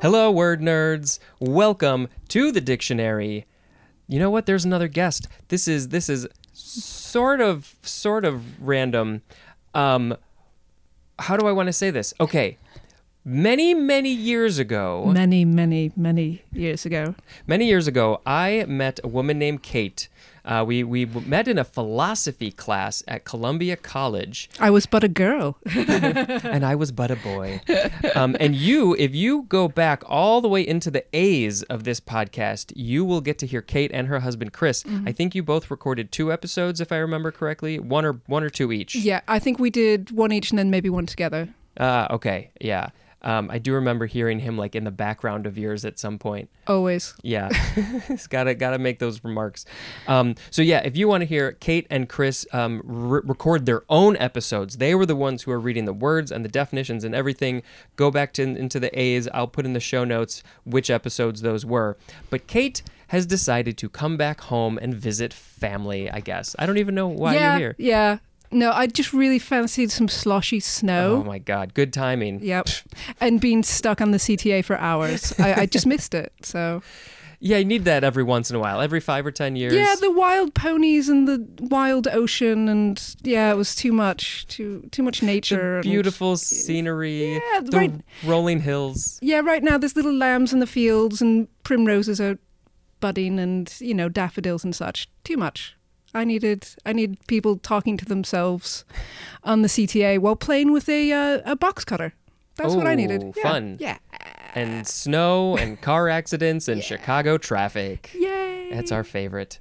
Hello, word nerds. Welcome to the dictionary. You know what? There's another guest. This is this is sort of sort of random. Um, how do I want to say this? Okay, many many years ago, many, many, many years ago. Many years ago, I met a woman named Kate. Uh, we we met in a philosophy class at Columbia College, I was but a girl. and I was but a boy. Um, and you, if you go back all the way into the A's of this podcast, you will get to hear Kate and her husband Chris. I think you both recorded two episodes, if I remember correctly, one or one or two each. yeah, I think we did one each and then maybe one together. Uh, okay, yeah. Um, I do remember hearing him like in the background of yours at some point. Always. Yeah, it's gotta gotta make those remarks. Um, so yeah, if you want to hear Kate and Chris um, re- record their own episodes, they were the ones who are reading the words and the definitions and everything. Go back to into the A's. I'll put in the show notes which episodes those were. But Kate has decided to come back home and visit family. I guess I don't even know why yeah, you're here. yeah. No, I just really fancied some sloshy Oh snow. my God, good timing. Yep. and being stuck on the CTA for hours. I, I just missed it. So Yeah, you need that every once in a while, every five or ten years. Yeah, the wild ponies and the wild ocean and yeah, it was too much. Too too much The nature. and- beautiful scenery, Yeah, the right. rolling hills. Yeah, right now there's little lambs in the fields and primroses are budding and, you know, daffodils and such. Too much. I needed I need people talking to themselves on the CTA while playing with a uh, a box cutter. That's what I Ooh, needed. Yeah. fun. Yeah. and snow and car accidents and Chicago traffic. Yay. That's our favorite.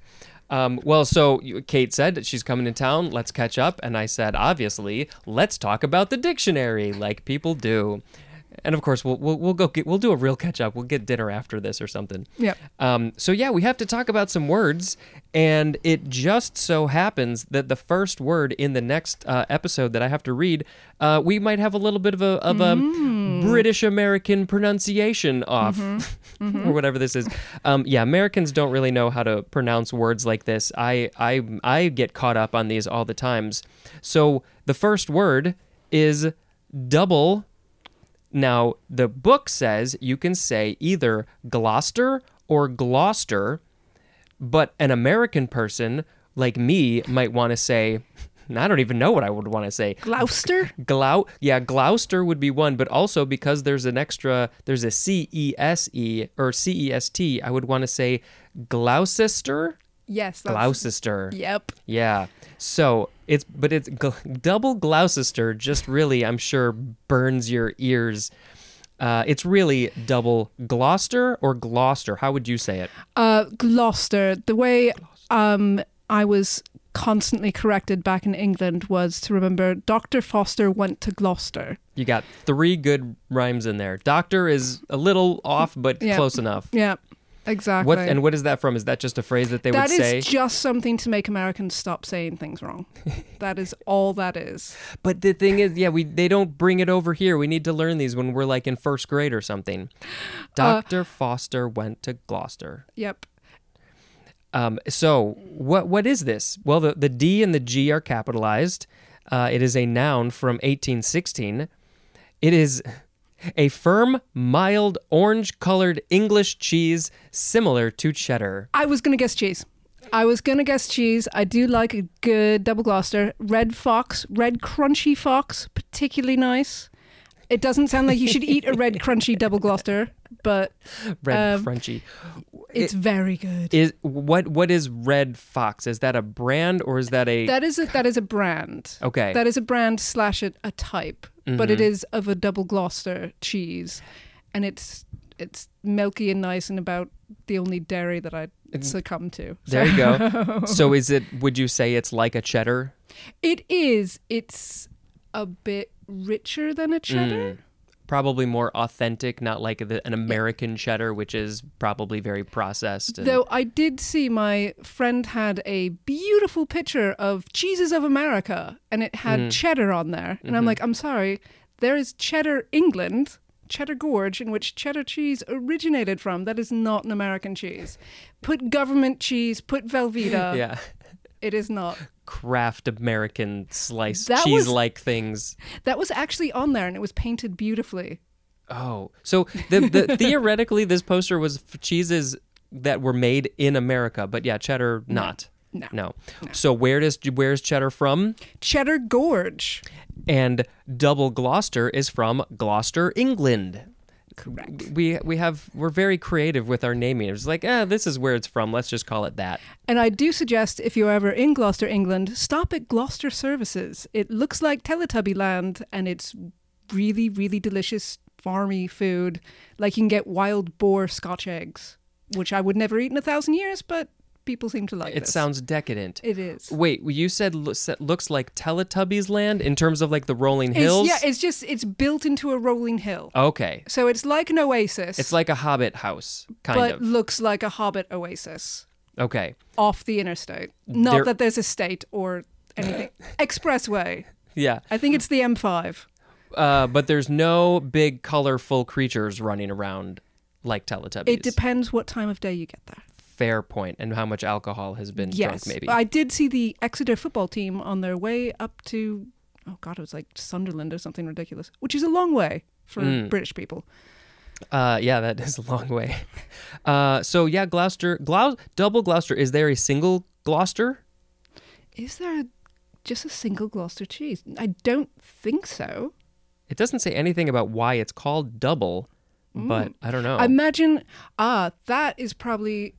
Um, well, so you- Kate said that she's coming in town. Let's catch up. And I said, obviously, let's talk about the dictionary like people do. And of course, we'll, we'll, we'll go get, we'll do a real catch up. We'll get dinner after this or something. Yep. Um, so yeah, we have to talk about some words, and it just so happens that the first word in the next uh, episode that I have to read, uh, we might have a little bit of a of a British American pronunciation off, or whatever this is. Um, yeah, Americans don't really know how to pronounce words like this. I I I get caught up on these all the times. So the first word is double now, the book says you can say either Gloucester or Gloucester, but an American person like me might want to say, I don't even know what I would want to say. Gloucester? Glou yeah, Gloucester would be one, but also because there's an extra there's a C E S E or C E S T, I would want to say Gloucester. Yes. That's, Gloucester. Yep. Yeah. So it's but it's gl- double Gloucester. Just really, I'm sure burns your ears. Uh, it's really double Gloucester or Gloucester. How would you say it? Uh, Gloucester. The way um, I was constantly corrected back in England was to remember Dr. Foster went to Gloucester. You got three good rhymes in there. Doctor is a little off, but Yeah. close enough. Yeah. Exactly. What and what is that from? Is that just a phrase that they That would is say? just something to make Americans stop saying things wrong. that is all that is. But the thing is, yeah, we they don't bring it over here. We need to learn these when we're like in first grade or something. Uh, Doctor Foster went to Gloucester. Yep. Um, so what what is this? Well, the, the D and the G are capitalized. Uh, it is a noun from 1816. It is a firm, mild, orange-colored English cheese similar to cheddar. I was going to guess cheese. I was going to guess cheese. I do like a good double Gloucester. Red fox, red crunchy fox, particularly nice. It doesn't sound like you should eat a red crunchy double Gloucester, but Red Um, crunchy. it's very good. Is what what is Red Fox? Is that a brand or is that a that is a that is a brand. okay? Mm-hmm. That is a brand slash a, a type, but it is of a double Gloucester cheese, and it's it's milky and nice and about the only dairy that I succumb to. Mm-hmm. there you go. so is it? Would you say it's like a cheddar? It is. It's a bit richer than a Mm. cheddar. Probably more authentic, not like the, an American cheddar, which is probably very processed. and- Though I did see my friend had a beautiful picture of cheeses of America, and it had cheddar on there, and I'm like, I'm sorry, there is cheddar England. Cheddar Gorge, in which cheddar cheese originated from, that is not an American cheese. Put government cheese, put Velveeta. yeah. It is not. craft American slice That was- cheese like things. That was actually on there, and it was painted beautifully. Oh, so the, the theoretically this poster was f- cheeses that were made in America, but yeah, cheddar not. No. So where does where's cheddar from? Cheddar Gorge. And double Gloucester is from Gloucester, England. Correct. We we have we're very creative with our naming. It's like, eh, this is where it's from. Let's just call it that. And I do suggest if you're ever in Gloucester, England, stop at Gloucester Services. It looks like Teletubby Land and it's really, really delicious farmy food. Like you can get wild boar scotch eggs, which I would never eat in a thousand years, but people seem to like It this. sounds decadent. it is. Wait, you said lo- sa- looks like Teletubbies land in terms of like the rolling It's, hills. yeah, it's just it's built into a rolling hill. okay, So it's like an oasis. it's like a Hobbit house, kind but of. looks like a hobbit oasis Okay, off the interstate. Not There- that there's a state or anything. Expressway. yeah, I think it's the M5. uh, but there's no big colorful creatures running around like Teletubbies. It depends what time of day you get there. Fair point, and how much alcohol has been drunk, yes, maybe. I did see the Exeter football team on their way up to, oh god, it was like Sunderland or something ridiculous, which is a long way for Mm. British people. Uh, yeah, that is a long way. Uh, so yeah, Gloucester, Glou- double Gloucester. Is there a single Gloucester? Is there just a single Gloucester cheese? I don't think so. It doesn't say anything about why it's called double, Mm. but I don't know. I imagine ah, that is probably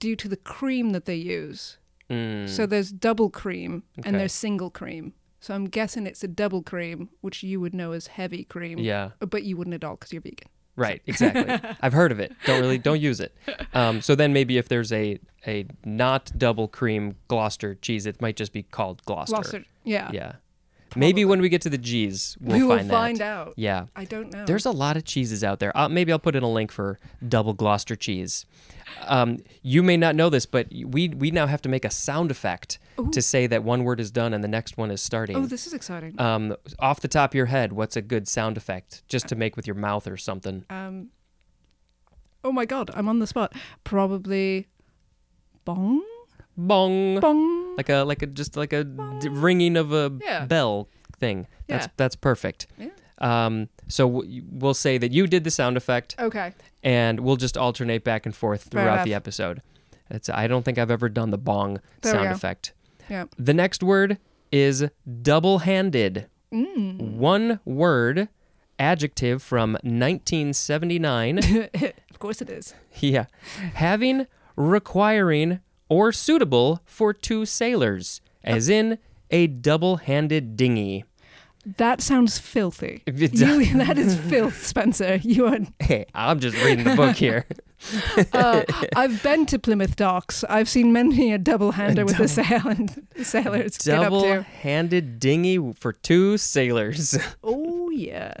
due to the cream that they use. Mm, So there's double cream and Okay. there's single cream. So I'm guessing it's a double cream, which you would know as heavy cream. yeah. But you wouldn't at all because you're vegan. Right, exactly. I've heard of it. Don't really don't use it. Um, so then maybe if there's a a not double cream Gloucester cheese, it might just be called Gloucester. Gloucester. Yeah. Yeah. Maybe when we get to the G's, we'll we will find that. find out. Yeah. I don't know. There's a lot of cheeses out there. Uh, maybe I'll put in a link for double Gloucester cheese. Um, you may not know this, but we we now have to make a sound effect to say that one word is done and the next one is starting. oh, this is exciting. um, off the top of your head, what's a good sound effect just to make with your mouth or something? Um, oh my god, I'm on the spot. Probably bong Bong. bong. like a like a just like a d- ringing of a Yeah. bell thing. That's Yeah. that's perfect. Yeah. Um, so w- we'll say that you did the sound effect, Okay. and we'll just alternate back and forth Fair throughout the enough. episode. It's, I don't think I've ever done the bong There we sound go. effect. Yeah. The next word is double-handed. Mm. One word adjective from 1979. of course it is. Yeah. Having, requiring, or suitable for two sailors, as in a double handed dinghy. That sounds filthy. If it You, that is filth, Spencer. You are. Hey, I'm just reading the book here. Uh, I've been to Plymouth Docks. I've seen many a double hander with the sail and sailors get double up to. handed dinghy for two sailors. Oh yeah.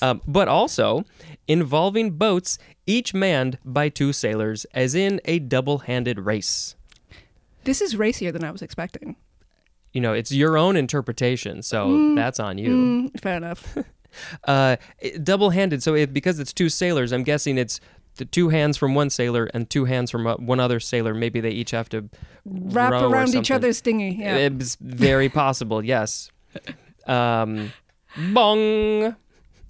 um, but also involving boats each manned by two sailors, as in a double handed race. This is racier than I was expecting. You know, it's your own interpretation, so that's on you. Mm, fair enough. uh, double handed. So it, because it's two sailors, I'm guessing it's the two hands from one sailor and two hands from uh, one other sailor. Maybe they each have to Wrap row or around each something. other's dinghy. Yeah. It's very possible. Yes. Um, bong.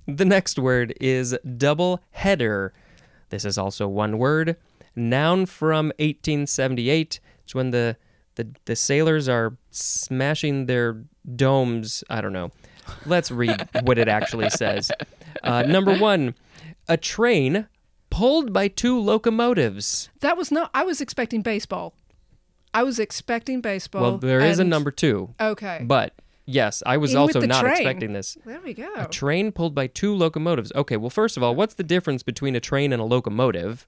The next word is double header. This is also one word. Noun from 1878. It's when the the, the sailors are smashing their domes. I don't know. Let's read what it actually says. Uh, number one, a train pulled by two locomotives. That was not. I was expecting baseball. I was expecting baseball. Well, there is a and- number two, Okay. but yes, I was In with also the not train. expecting this. there we go. A train pulled by two locomotives. Okay, well, first of all, what's the difference between a train and a locomotive?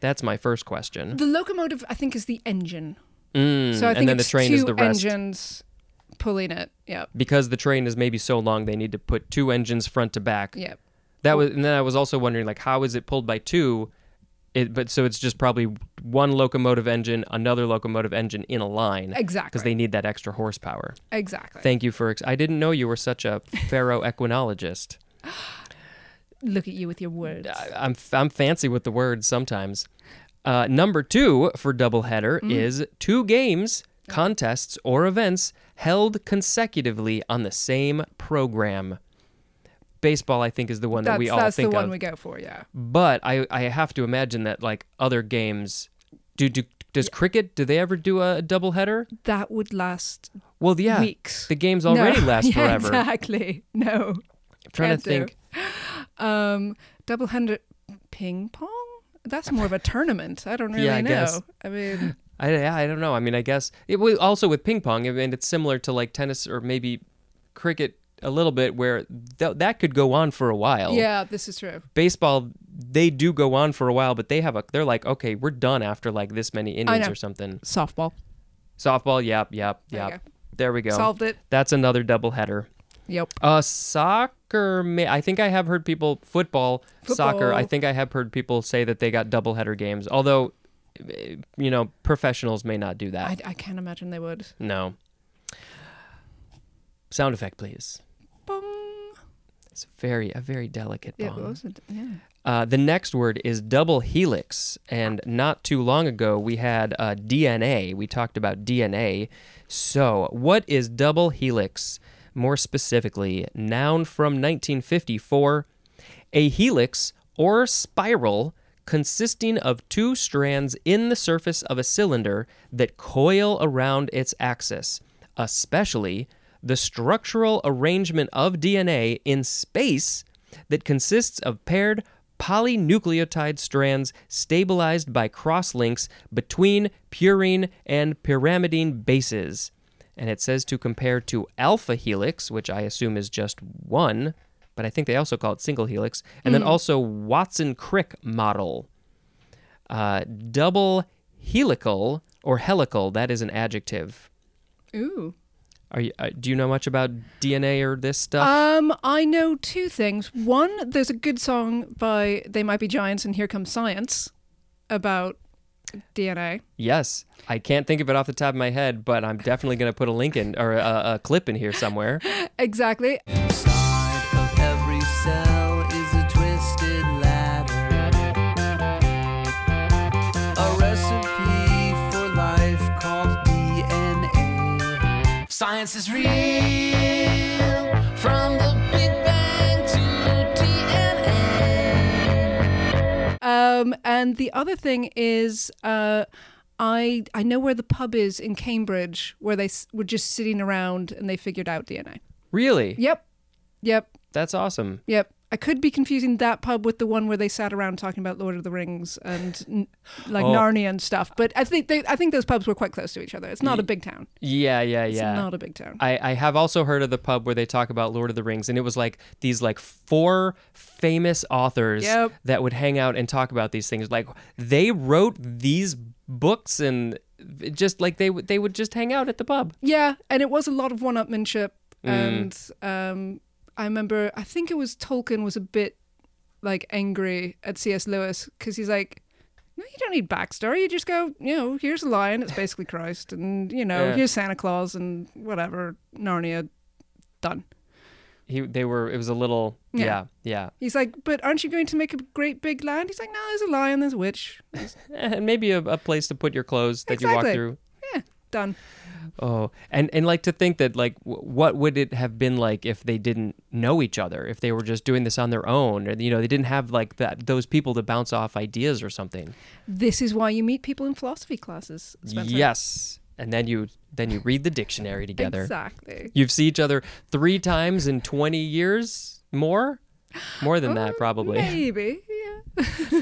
That's my first question. the locomotive, I think, is the engine. Mm, So I think and then it's the train two is the rest. engines pulling it. Yep. Because the train is maybe so long, they need to put two engines front to back. Yep. That was, and then I was also wondering, like, how is it pulled by two? It, but so it's just probably one locomotive engine, another locomotive engine in a line Exactly. because they need that extra horsepower. exactly. Thank you for. Ex- I didn't know you were such a ferroequinologist. Look at you with your words. I- I'm I'm fancy with the words sometimes. Uh, number two for doubleheader Mm-hmm. is two games, contests, or events held consecutively on the same program. baseball, I think, is the one that That's, we all that's the think one of. we go for, yeah. but I, I have to imagine that like other games, do do does cricket? Do they ever do a, a double header? That would last Well, yeah, weeks. the games already no. last Yeah, forever. Exactly. No. trying can't to do. think. Um, double handed ping pong? That's more of a tournament. I don't really Yeah, I know. guess. I mean, I, yeah, I don't know. I mean, I guess it was also with ping pong, I mean, it's similar to like tennis or maybe cricket a little bit, where th- that could go on for a while. yeah, this is true. Baseball, they do go on for a while, but they have a. They're like, okay, we're done after like this many innings know. or something. Softball. Softball, yep, yep, There you yep. There we go. Solved it. That's another double header. Yep. Uh, soccer. ma- I think I have heard people football, soccer. Football. I think I have heard people say that they got double header games. Although, eh, you know, professionals may not do that. I, I can't imagine they would. No. Sound effect, please. Bong. It's very a very delicate It bong. wasn't. Yeah. Uh, the next word is double helix, and not too long ago we had uh, DNA. We talked about DNA. So, what is double helix? More specifically, noun from 1954, a helix or spiral consisting of two strands in the surface of a cylinder that coil around its axis, especially the structural arrangement of DNA in space that consists of paired polynucleotide strands stabilized by cross links between purine and pyrimidine bases. And it says to compare to alpha helix, which I assume is just one, but I think they also call it single helix, and then also Watson Crick model. Uh, double helical or helical, that is an adjective. Ooh. Are you, uh, do you know much about DNA or this stuff? Um, I know two things. One, there's a good song by They Might Be Giants and Here Comes Science about DNA. Yes, I can't think of it off the top of my head, but I'm definitely going to put a link in or a, a clip in here somewhere. Exactly. Inside of every cell is a twisted ladder. A recipe for life called DNA. Science is real. From the Big Bang to DNA. Um, and the other thing is, uh, I I know where the pub is in Cambridge where they s- were just sitting around and they figured out DNA. Really? Yep, yep, That's awesome. yep. I could be confusing that pub with the one where they sat around talking about Lord of the Rings and n- like Oh. Narnia and stuff. But I think they, I think those pubs were quite close to each other. It's not a big town. Yeah, yeah, It's yeah. not a big town. I, I have also heard of the pub where they talk about Lord of the Rings, and it was like these like four famous authors Yep. that would hang out and talk about these things. Like they wrote these books, and it just like they would they would just hang out at the pub. Yeah, and it was a lot of one-upmanship, Mm. and um, I remember I think it was Tolkien was a bit like angry at C.S. Lewis because he's like, "No, you don't need backstory. You just go, you know, here's a lion. It's basically Christ, and you know, Yeah. here's Santa Claus and whatever Narnia." Done. He they were it was a little Yeah. yeah yeah, He's like, but aren't you going to make a great big land? He's like, no, there's a lion, there's a witch. and maybe a, a place to put your clothes that you walk Exactly. through. Done. Oh, and and like to think that like w- what would it have been like if they didn't know each other, if they were just doing this on their own, and you know they didn't have like that those people to bounce off ideas or something. This is why you meet people in philosophy classes, Spencer. Yes, and then you then you read the dictionary together. Exactly. You've seen each other three times in twenty years more, more than that probably. Oh, Maybe. Yeah.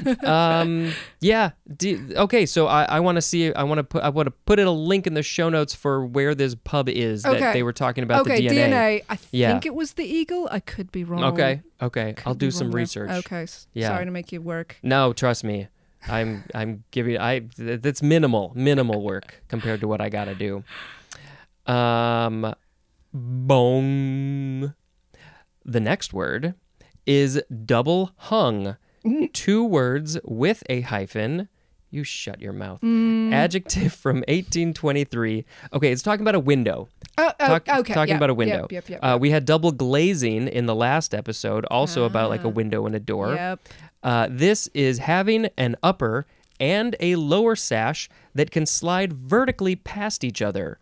um yeah do, okay so i i want to see i want to put i want to put in a link in the show notes for where this pub is that Okay. they were talking about okay, the dna, I Yeah. think it was the eagle. I could be wrong. okay okay i'll Oh, Could do be some wrong there. research Okay. s- Yeah. Sorry to make you work. no trust me i'm i'm giving i th- that's minimal minimal work compared to what i gotta do um bong the next word is double hung Mm. two words with a hyphen you shut your mouth Mm. adjective from 1823 okay it's talking about a window Oh, oh, Talk- okay. talking yeah, about a window Yep. Yep. Yep. Uh, we had double glazing in the last episode also about like a window and a door Ah. yep. uh, this is having an upper and a lower sash that can slide vertically past each other.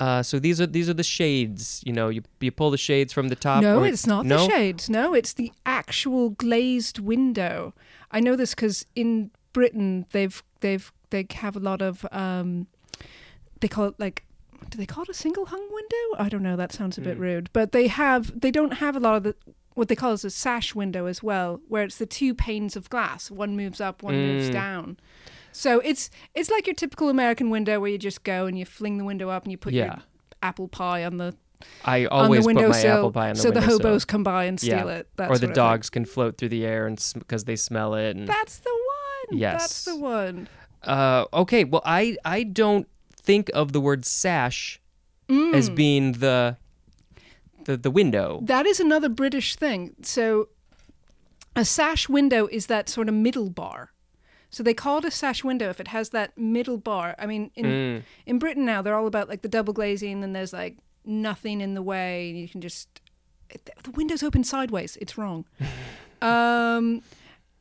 Uh, so these are these are the shades. You know, you you pull the shades from the top. No, or- it's not no? the shades. No, it's the actual glazed window. I know this because in Britain they've they've they have a lot of um, they call it like do they call it a single hung window? I don't know. That sounds a bit Hmm. rude, but they have they don't have a lot of the what they call is a sash window as well, where it's the two panes of glass. One moves up, one moves Hmm. down. So it's it's like your typical American window where you just go and you fling the window up and you put Yeah. your apple pie on the I always on the put my windowsill, apple pie on the so the windowsill. hobos come by and steal it. That or sort the of thing. dogs can float through the air and because they smell it. And, That's the one. Yes. that's the one. uh, okay, well, I I don't think of the word sash Mm. as being the the the window. That is another British thing. So a sash window is that sort of middle bar. So they call it a sash window if it has that middle bar. I mean, in Mm. in Britain now they're all about like the double glazing, and there's like nothing in the way, and you can just the window's open sideways. It's wrong. um,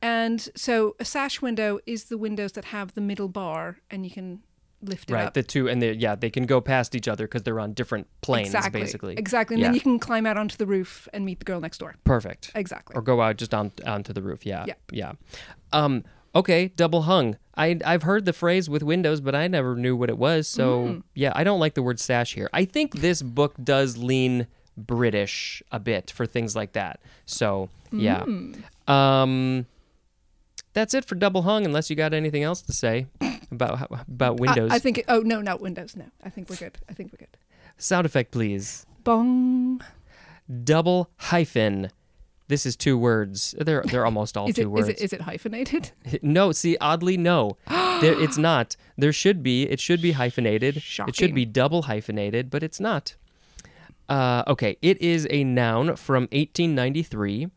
and so a sash window is the windows that have the middle bar, and you can lift it Right, up. the two and they yeah they can go past each other because they're on different planes exactly. basically. Exactly. And yeah. then you can climb out onto the roof and meet the girl next door. perfect. Exactly. Or go out just on onto the roof. Yeah. Yeah. Yeah. Um, okay, double hung. I I've heard the phrase with windows, but I never knew what it was. So Mm. yeah, I don't like the word sash here. I think this book does lean British a bit for things like that. So yeah. Mm. Um that's it for double hung unless you got anything else to say about how- about I- windows. I, think. It, oh no, not windows. No, I think we're good. I think we're good. Sound effect please. Bong. Double hyphen. This is two words. They're they're almost all Is two it, words. is it is it hyphenated? No, see, oddly, no. there, it's not. There should be. It should be hyphenated. It should Shocking. be double hyphenated, but it's not. Uh, okay, it is a noun from 1893,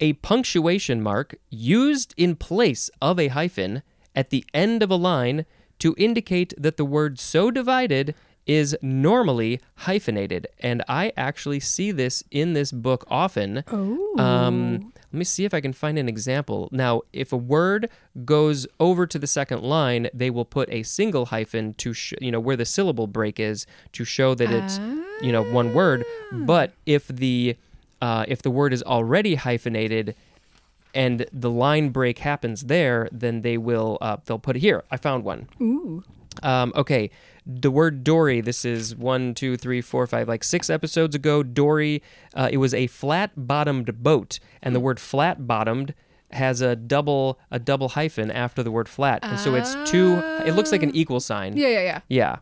a punctuation mark used in place of a hyphen at the end of a line to indicate that the word so divided is normally hyphenated. And I actually see this in this book often. Oh. Um, let me see if I can find an example. Now, if a word goes over to the second line, they will put a single hyphen to, sh- you know, where the syllable break is to show that it's, you know, one word. But if the uh, if the word is already hyphenated and the line break happens there, then they will uh, they'll put it here. I found one. Ooh. Um, okay, the word Dory. This is one, two, three, four, five, like six episodes ago. Dory. Uh, it was a flat-bottomed boat, and the word flat-bottomed has a double a double hyphen after the word flat, and so it's two. It looks like an equal sign. Yeah, yeah, yeah. Yeah.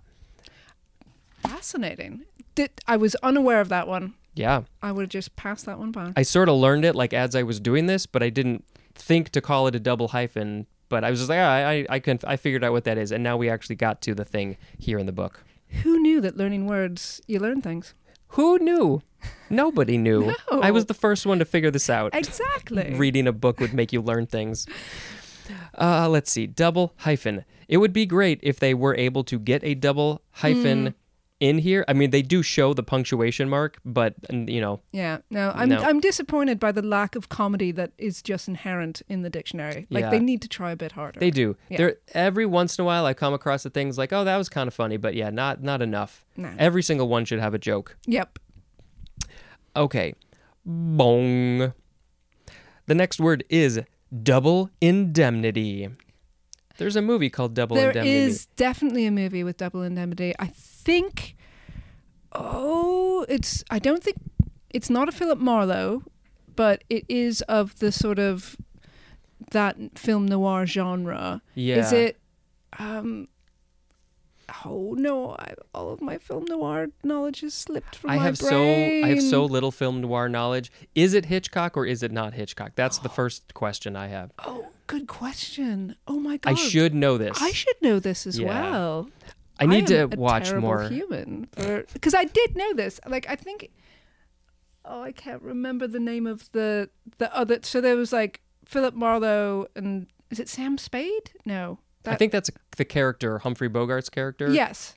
Fascinating. Did, I was unaware of that one. Yeah. I would have just passed that one by. I sort of learned it like as I was doing this, but I didn't think to call it a double hyphen. But I was just like, ah, I, I, I, can, I figured out what that is, and now we actually got to the thing here in the book. Who knew that learning words you learn things? Who knew? Nobody knew. No. I was the first one to figure this out. Exactly. Reading a book would make you learn things. Uh, let's see. Double hyphen. It would be great if they were able to get a double hyphen Mm. in here. I mean, they do show the punctuation mark, but and, you know, yeah. No, I'm No. I'm disappointed by the lack of comedy that is just inherent in the dictionary. Like Yeah. they need to try a bit harder. they do. Yeah. There every once in a while, I come across the things like, "Oh, that was kind of funny," but yeah, not not enough. No. Every single one should have a joke. Yep. Okay. Bong. The next word is double indemnity. There's a movie called Double There is Indemnity. definitely a movie with double indemnity. I think. Oh, it's. I don't think it's not a Philip Marlowe, but it is of the sort of that film noir genre. yeah. Is it? Um. Oh no! I, all of my film noir knowledge has slipped from I my have brain. so I have so little film noir knowledge. Is it Hitchcock or is it not Hitchcock? That's the first question I have. Oh, good question. Oh my god! I should know this. I should know this as Yeah. well. I need am to a watch terrible more. Human, because I did know this. Like I think, oh, I can't remember the name of the the other. So there was like Philip Marlowe and is it Sam Spade? No, I think that's the character Humphrey Bogart's character. yes,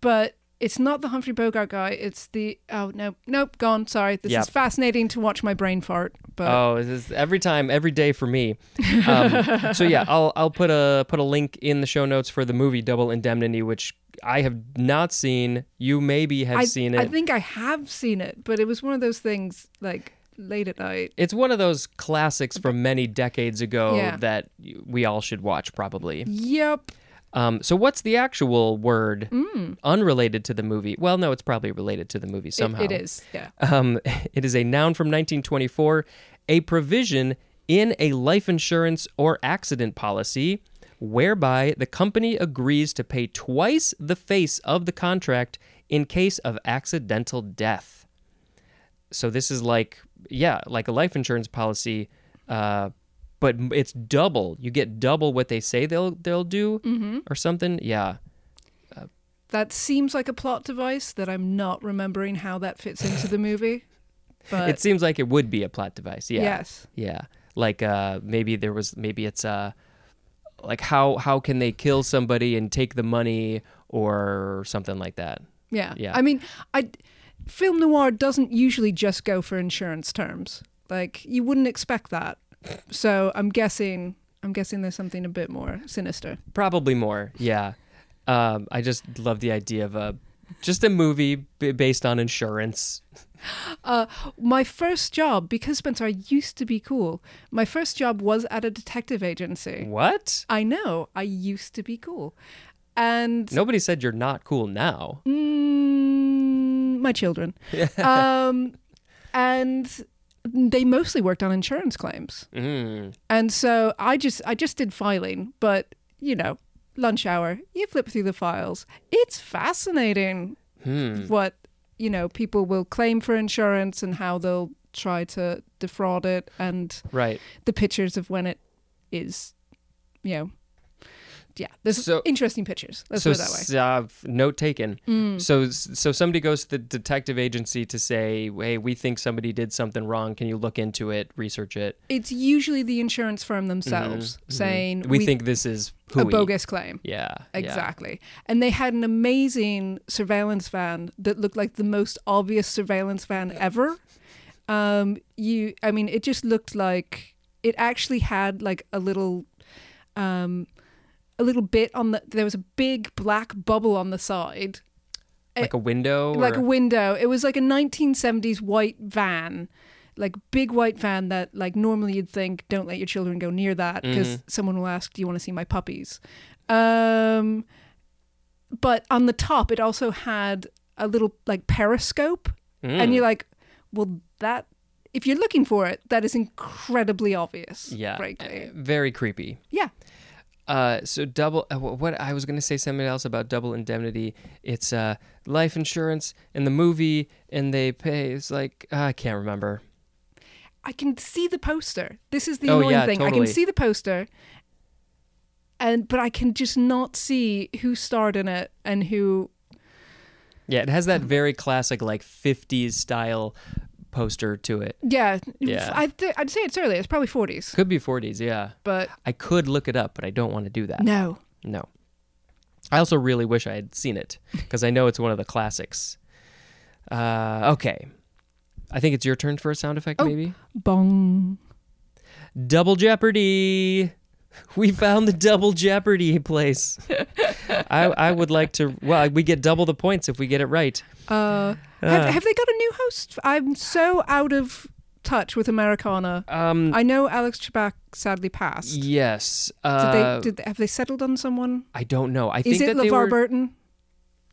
but It's not the Humphrey Bogart guy. It's the oh no nope gone. Sorry, this Yep. is fascinating to watch my brain fart. But Oh, this is every time, every day for me. Um, so yeah, I'll I'll put a put a link in the show notes for the movie Double Indemnity, which I have not seen. You maybe have I, seen it. I think I have seen it, but it was one of those things like late at night. it's one of those classics from many decades ago Yeah. that y- we all should watch probably. Yep. Um, so what's the actual word unrelated to the movie? Well, no, it's probably related to the movie Mm. It- somehow. it is. Yeah. Um, it is a noun from 1924, a provision in a life insurance or accident policy whereby the company agrees to pay twice the face of the contract in case of accidental death. So this is like, yeah, like a life insurance policy, uh, but m- it's double. You get double what they say they'll they'll do or something. Yeah. That seems like a plot device that I'm not remembering how that fits into the movie. But it seems like it would be a plot device. Yeah. yes. Yeah. Like uh maybe there was maybe it's uh like how how can they kill somebody and take the money or something like that. Yeah. Yeah. I mean, I film noir doesn't usually just go for insurance terms. Like you wouldn't expect that. So I'm guessing I'm guessing there's something a bit more sinister. Probably more. Yeah. Um I just love the idea of a just a movie b- based on insurance. Uh, my first job, because Spencer, I used to be cool. My first job was at a detective agency. Mm. What? I know, I used to be cool, and Nobody said you're not cool now. Mm, my children. um, and they mostly worked on insurance claims, Mm. and so I just I just did filing, but you know, lunch hour, you flip through the files. It's fascinating Hmm. what you know people will claim for insurance and how they'll try to defraud it, and Right. the pictures of when it is, you know. Yeah, there's So- interesting pictures. Let's so put it that way. Mm. s- uh, f- note taken. So so somebody goes to the detective agency to say, "Hey, we think somebody did something wrong. Can you look into it, research it?" it's usually the insurance firm themselves saying Mm-hmm. we, think this is a hooey. bogus claim. Yeah, yeah. Exactly. And they had an amazing surveillance van that looked like the most obvious surveillance van ever. Um, you, I mean, it just looked like it actually had like a little, um, a little bit on the. There was a big black bubble on the side, Like a window. eh, like a or- window. It was like a 1970s white van, like big white van that like normally you'd think don't let your children go near that because Mm-hmm. someone will ask, "Do you want to see my puppies?" Um, but on the top, it also had a little like periscope, Hmm. and Mm. you're like, "Well, that." If you're looking for it, that is incredibly obvious. yeah, frankly. uh, very creepy. Yeah. Uh, so double. Uh, wh- what I was gonna say something else about double indemnity. It's uh, life insurance in the movie, and they pay. It's like uh, I can't remember. I can see the poster. This is the Oh, annoying yeah, thing. I totally. can see the poster, and but I can just not see who starred in it and who. Yeah, it has that very classic like '50s style poster to it. Yeah, Yeah. I th- I'd say it's early. It's probably forties, Could be '40s. Yeah, but I could look it up, but I don't want to do that. no. No. I also really wish I had seen it because I know it's one of the classics. Uh, okay. I think it's your turn for a sound effect, Oh. maybe? Bong. Double Jeopardy! We found the Double Jeopardy place. I, I would like to. Well, we get double the points if we get it right. Uh, have, Ah. have they got a new host? I'm so out of touch with Americana. Um, I know Alex Trebek sadly passed. Did yes. Uh, they, did they, have they settled on someone? I don't know. I Is think it that they LeVar were. Burton?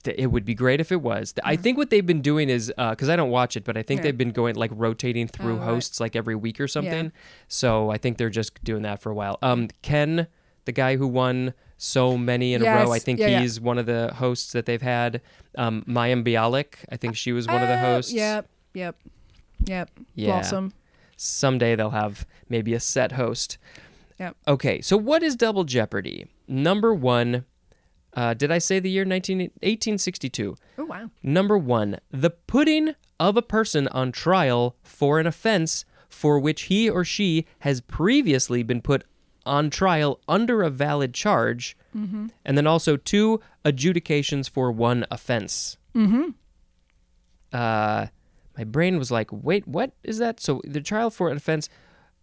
th- it would be great if it was. Th- I Mm-hmm. think what they've been doing is because I don't watch it, but I think Yeah. they've been going like rotating through Oh, right. hosts like every week or something. So I think they're just doing that for a while. Um, Ken, the guy who won so many in a row, I Yes. think Yeah, yeah. he's one of the hosts that they've had. Um, Mayim Bialik, I think she was one of the Oh, hosts. Yep, yep, yep. Yeah. Blossom. Someday they'll have maybe a set host. Yep. Okay, so what is Double Jeopardy? Number one, uh, did I say the year 19, 1862? Oh wow. Number one, the putting of a person on trial for an offense for which he or she has previously been put on trial under a valid charge. And then also two adjudications for one offense. uh, my brain was like, wait, what is that? So the trial for an offense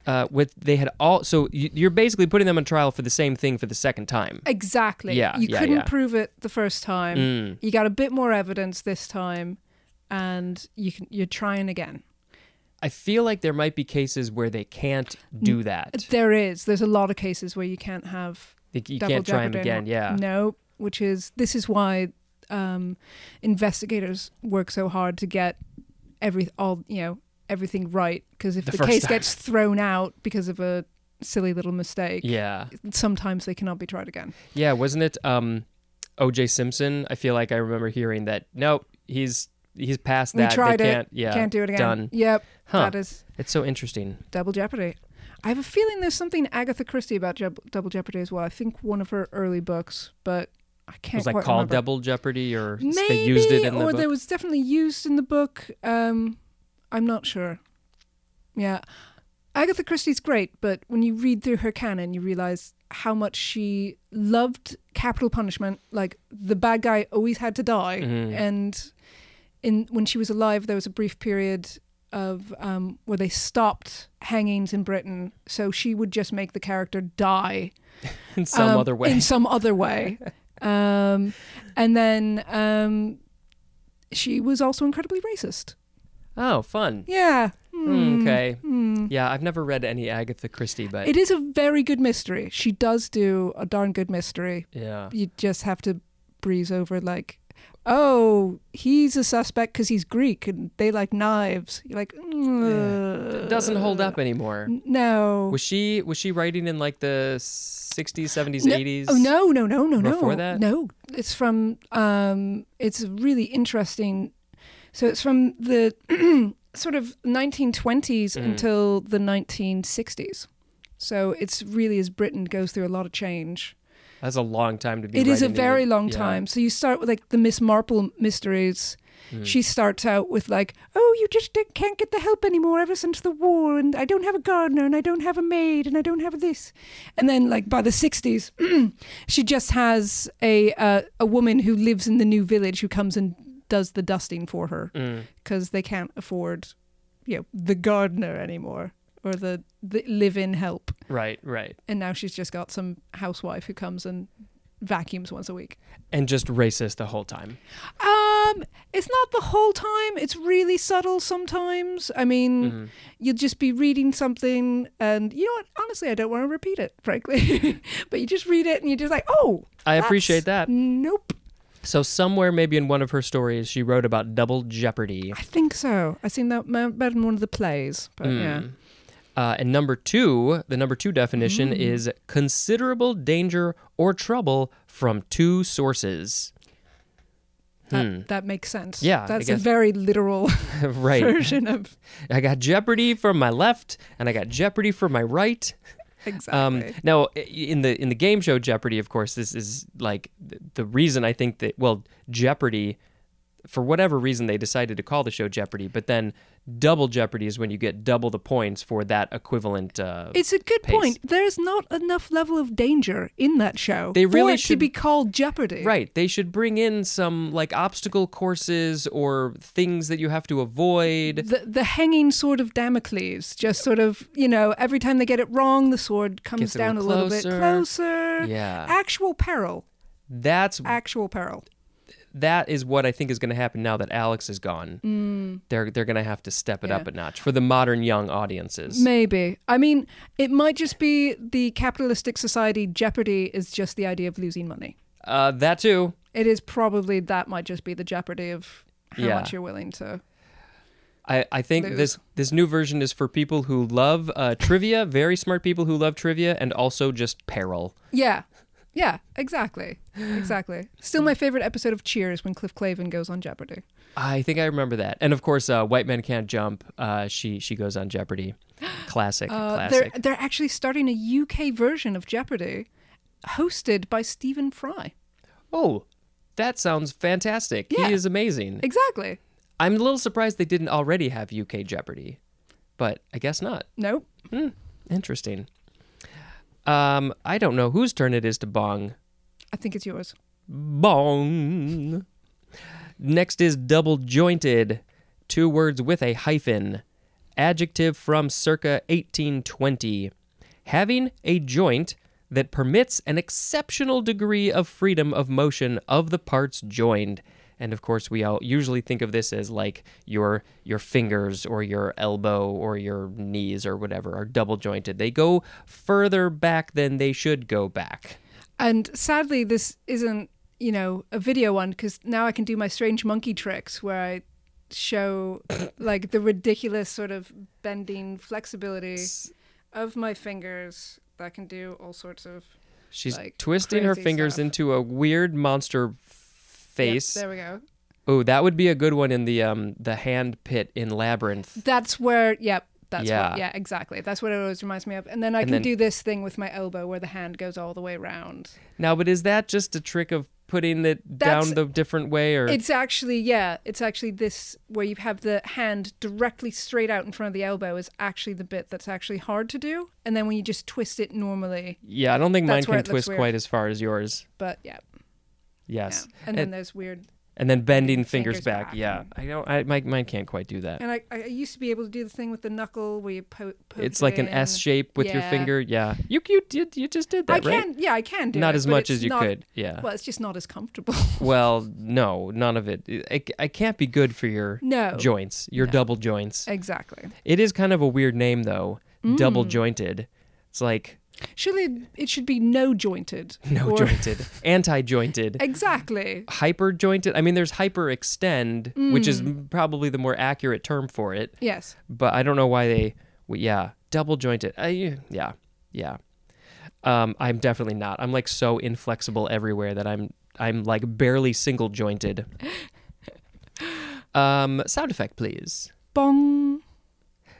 uh, with they had all. So you, you're basically putting them on trial for the same thing for the second time. Exactly. Yeah, You yeah, couldn't yeah. Mm. prove it the first time. You got a bit more evidence this time, and you can you're trying again. I feel like there might be cases where they can't do that. There is. There's a lot of cases where you can't have They, you double can't try them jeopardy again. anymore. Yeah. No, which is this is why um, investigators work so hard to get every all you know everything right because if The the, first case time. gets thrown out because of a silly little mistake, Yeah. sometimes they cannot be tried again. Yeah. Wasn't it um, O.J. Simpson? I feel like I remember hearing that. Nope. He's he's past we that. tried they it. Can't, yeah. Can't do it again. Done. Yep. Huh. That is It's so interesting. Double Jeopardy. I have a feeling there's something Agatha Christie about Je- Double Jeopardy as well. I think one of her early books, but I It can't was like quite called remember. Double Jeopardy, or Maybe, they used it in the or book. there was definitely used in the book. Um, I'm not sure. Yeah, Agatha Christie's great, but when you read through her canon, you realize how much she loved capital punishment. Like the bad guy always had to die, Mhm. and in when she was alive, there was a brief period of um, where they stopped hangings in Britain, so she would just make the character die in some um, other way. In some other way. um, and then um, she was also incredibly racist. oh, fun. Yeah. Mm, Hmm. okay. Hmm. Yeah, I've never read any Agatha Christie, but It is a very good mystery. She does do a darn good mystery. yeah. You just have to breeze over, like, oh, he's a suspect because he's Greek and they like knives. You're like, It doesn't hold up anymore. "Ugh, No. Was she was she writing in like the 60s, 70s, No- 80s? Oh no, no, no, no, no. before that? No, it's from. Um, it's a really interesting. So it's from the sort of Mm. 1920s until the 1960s. So it's really as Britain goes through a lot of change. That's a long time to be It is a writing in very the- long yeah. time. So you start with like the Miss Marple mysteries. Mm. She starts out with like, "Oh, you just don't- can't get the help anymore ever since the war, and I don't have a gardener, and I don't have a maid, and I don't have this." And then, like by the '60s, she just has a uh, a woman who lives in the new village who comes and does the dusting for her Mm. because they can't afford, you know, the gardener anymore or the, the live-in help. Right, right. And now she's just got some housewife who comes and vacuums once a week. And just racist the whole time. Um, it's not the whole time. It's really subtle sometimes. I mean, Mm-hmm. you'll just be reading something, and you know what? Honestly, I don't want to repeat it, frankly. but you just read it, and you're just like, oh, I that's- appreciate that. Nope, So somewhere maybe in one of her stories she wrote about double jeopardy. I think so. I seen that ma- about in one of the plays, but Hmm. yeah. Uh, and number two, the number two definition is considerable danger or trouble from two sources. That, that makes sense. Hmm. Yeah, I that's a guess- very literal right. version of I got jeopardy from my left, and I got jeopardy from my right. Um, exactly. now, i- in the in the game show Jeopardy, of course, this is like th- the reason I think that well, Jeopardy, for whatever reason, they decided to call the show Jeopardy, but then double Jeopardy is when you get double the points for that equivalent. Uh, It's a good pace. point. There's not enough level of danger in that show They for really it to should- be called Jeopardy. Right. They should bring in some like obstacle courses or things that you have to avoid. the, the hanging sword of Damocles, just sort of, you know, every time they get it wrong, the sword comes Gets a down a little little bit closer. closer. Yeah. Actual peril. That's Actual peril. that is what I think is going to happen now that Alex is gone. They're they're going to have to step it up Mm. Yeah. a notch for the modern young audiences. Maybe. I mean, it might just be the capitalistic society jeopardy is just the idea of losing money. Uh, that too. It is probably that might just be the jeopardy of how Yeah. much you're willing to. I, I think Lose. this this new version is for people who love uh, trivia, very smart people who love trivia, and also just peril. Yeah. Yeah, exactly. Exactly. Still my favorite episode of Cheers when Cliff Clavin goes on Jeopardy. I think I remember that. And of course, uh, White Men Can't Jump. Uh, she she goes on Jeopardy. Classic, Uh, they're classic. they're actually starting a UK version of Jeopardy, hosted by Stephen Fry. Oh, that sounds fantastic. Yeah. He is amazing. Exactly. I'm a little surprised they didn't already have UK Jeopardy, but I guess not. No. Interesting. Um, I don't know whose turn it is to bong. I think it's yours. Bong. Next is double jointed, two words with a hyphen. Adjective from circa 1820. Having a joint that permits an exceptional degree of freedom of motion of the parts joined. And of course, we all usually think of this as like your your fingers or your elbow or your knees or whatever are double jointed. They go further back than they should go back. And sadly, this isn't, you know, a video one because now I can do my strange monkey tricks where I show like the ridiculous sort of bending flexibility of my fingers that can do all sorts of. She's Like, twisting her crazy fingers stuff. into into a weird monster Yep, face. there we go. oh, that would be a good one in the um the hand pit in Labyrinth. That's where, yep. That's yeah. Yeah. yeah, exactly. That's what it always reminds me of. And then I And can then- do this thing with my elbow where the hand goes all the way around. Now, but is that just a trick of putting it That's- down the different way or It's actually, yeah, it's actually this where you have the hand directly straight out in front of the elbow is actually the bit that's actually hard to do. And then when you just twist it normally, Yeah, I don't think mine That's where can it looks twist weird. quite as far as yours. but yeah. Yes. yeah. And then there's weird. and then bending fingers, fingers back. back. Yeah. I don't I my, mine can't quite do that. And I, I used to be able to do the thing with the knuckle where you po- poke. It's it like an in. S shape with your Yeah. finger. Yeah. You you did you just did I that, right? can, yeah, I can do it. Not as but much it's as you not- could. Yeah. Well, it's just not as comfortable. Well, no, none of it. I, I can't be good for your No. joints, your double joints. exactly. It is kind of a weird name though. Double Mm. jointed. It's like Surely it should be no jointed. no or- jointed, anti jointed. Exactly. Hyper jointed. I mean, there's hyper extend, which is Mm. probably the more accurate term for it. Yes. but I don't know why they. w yeah, double jointed. I, yeah, yeah. Um, I'm definitely not. I'm like so inflexible everywhere that I'm I'm like barely single jointed. Um, sound effect, please. Bong.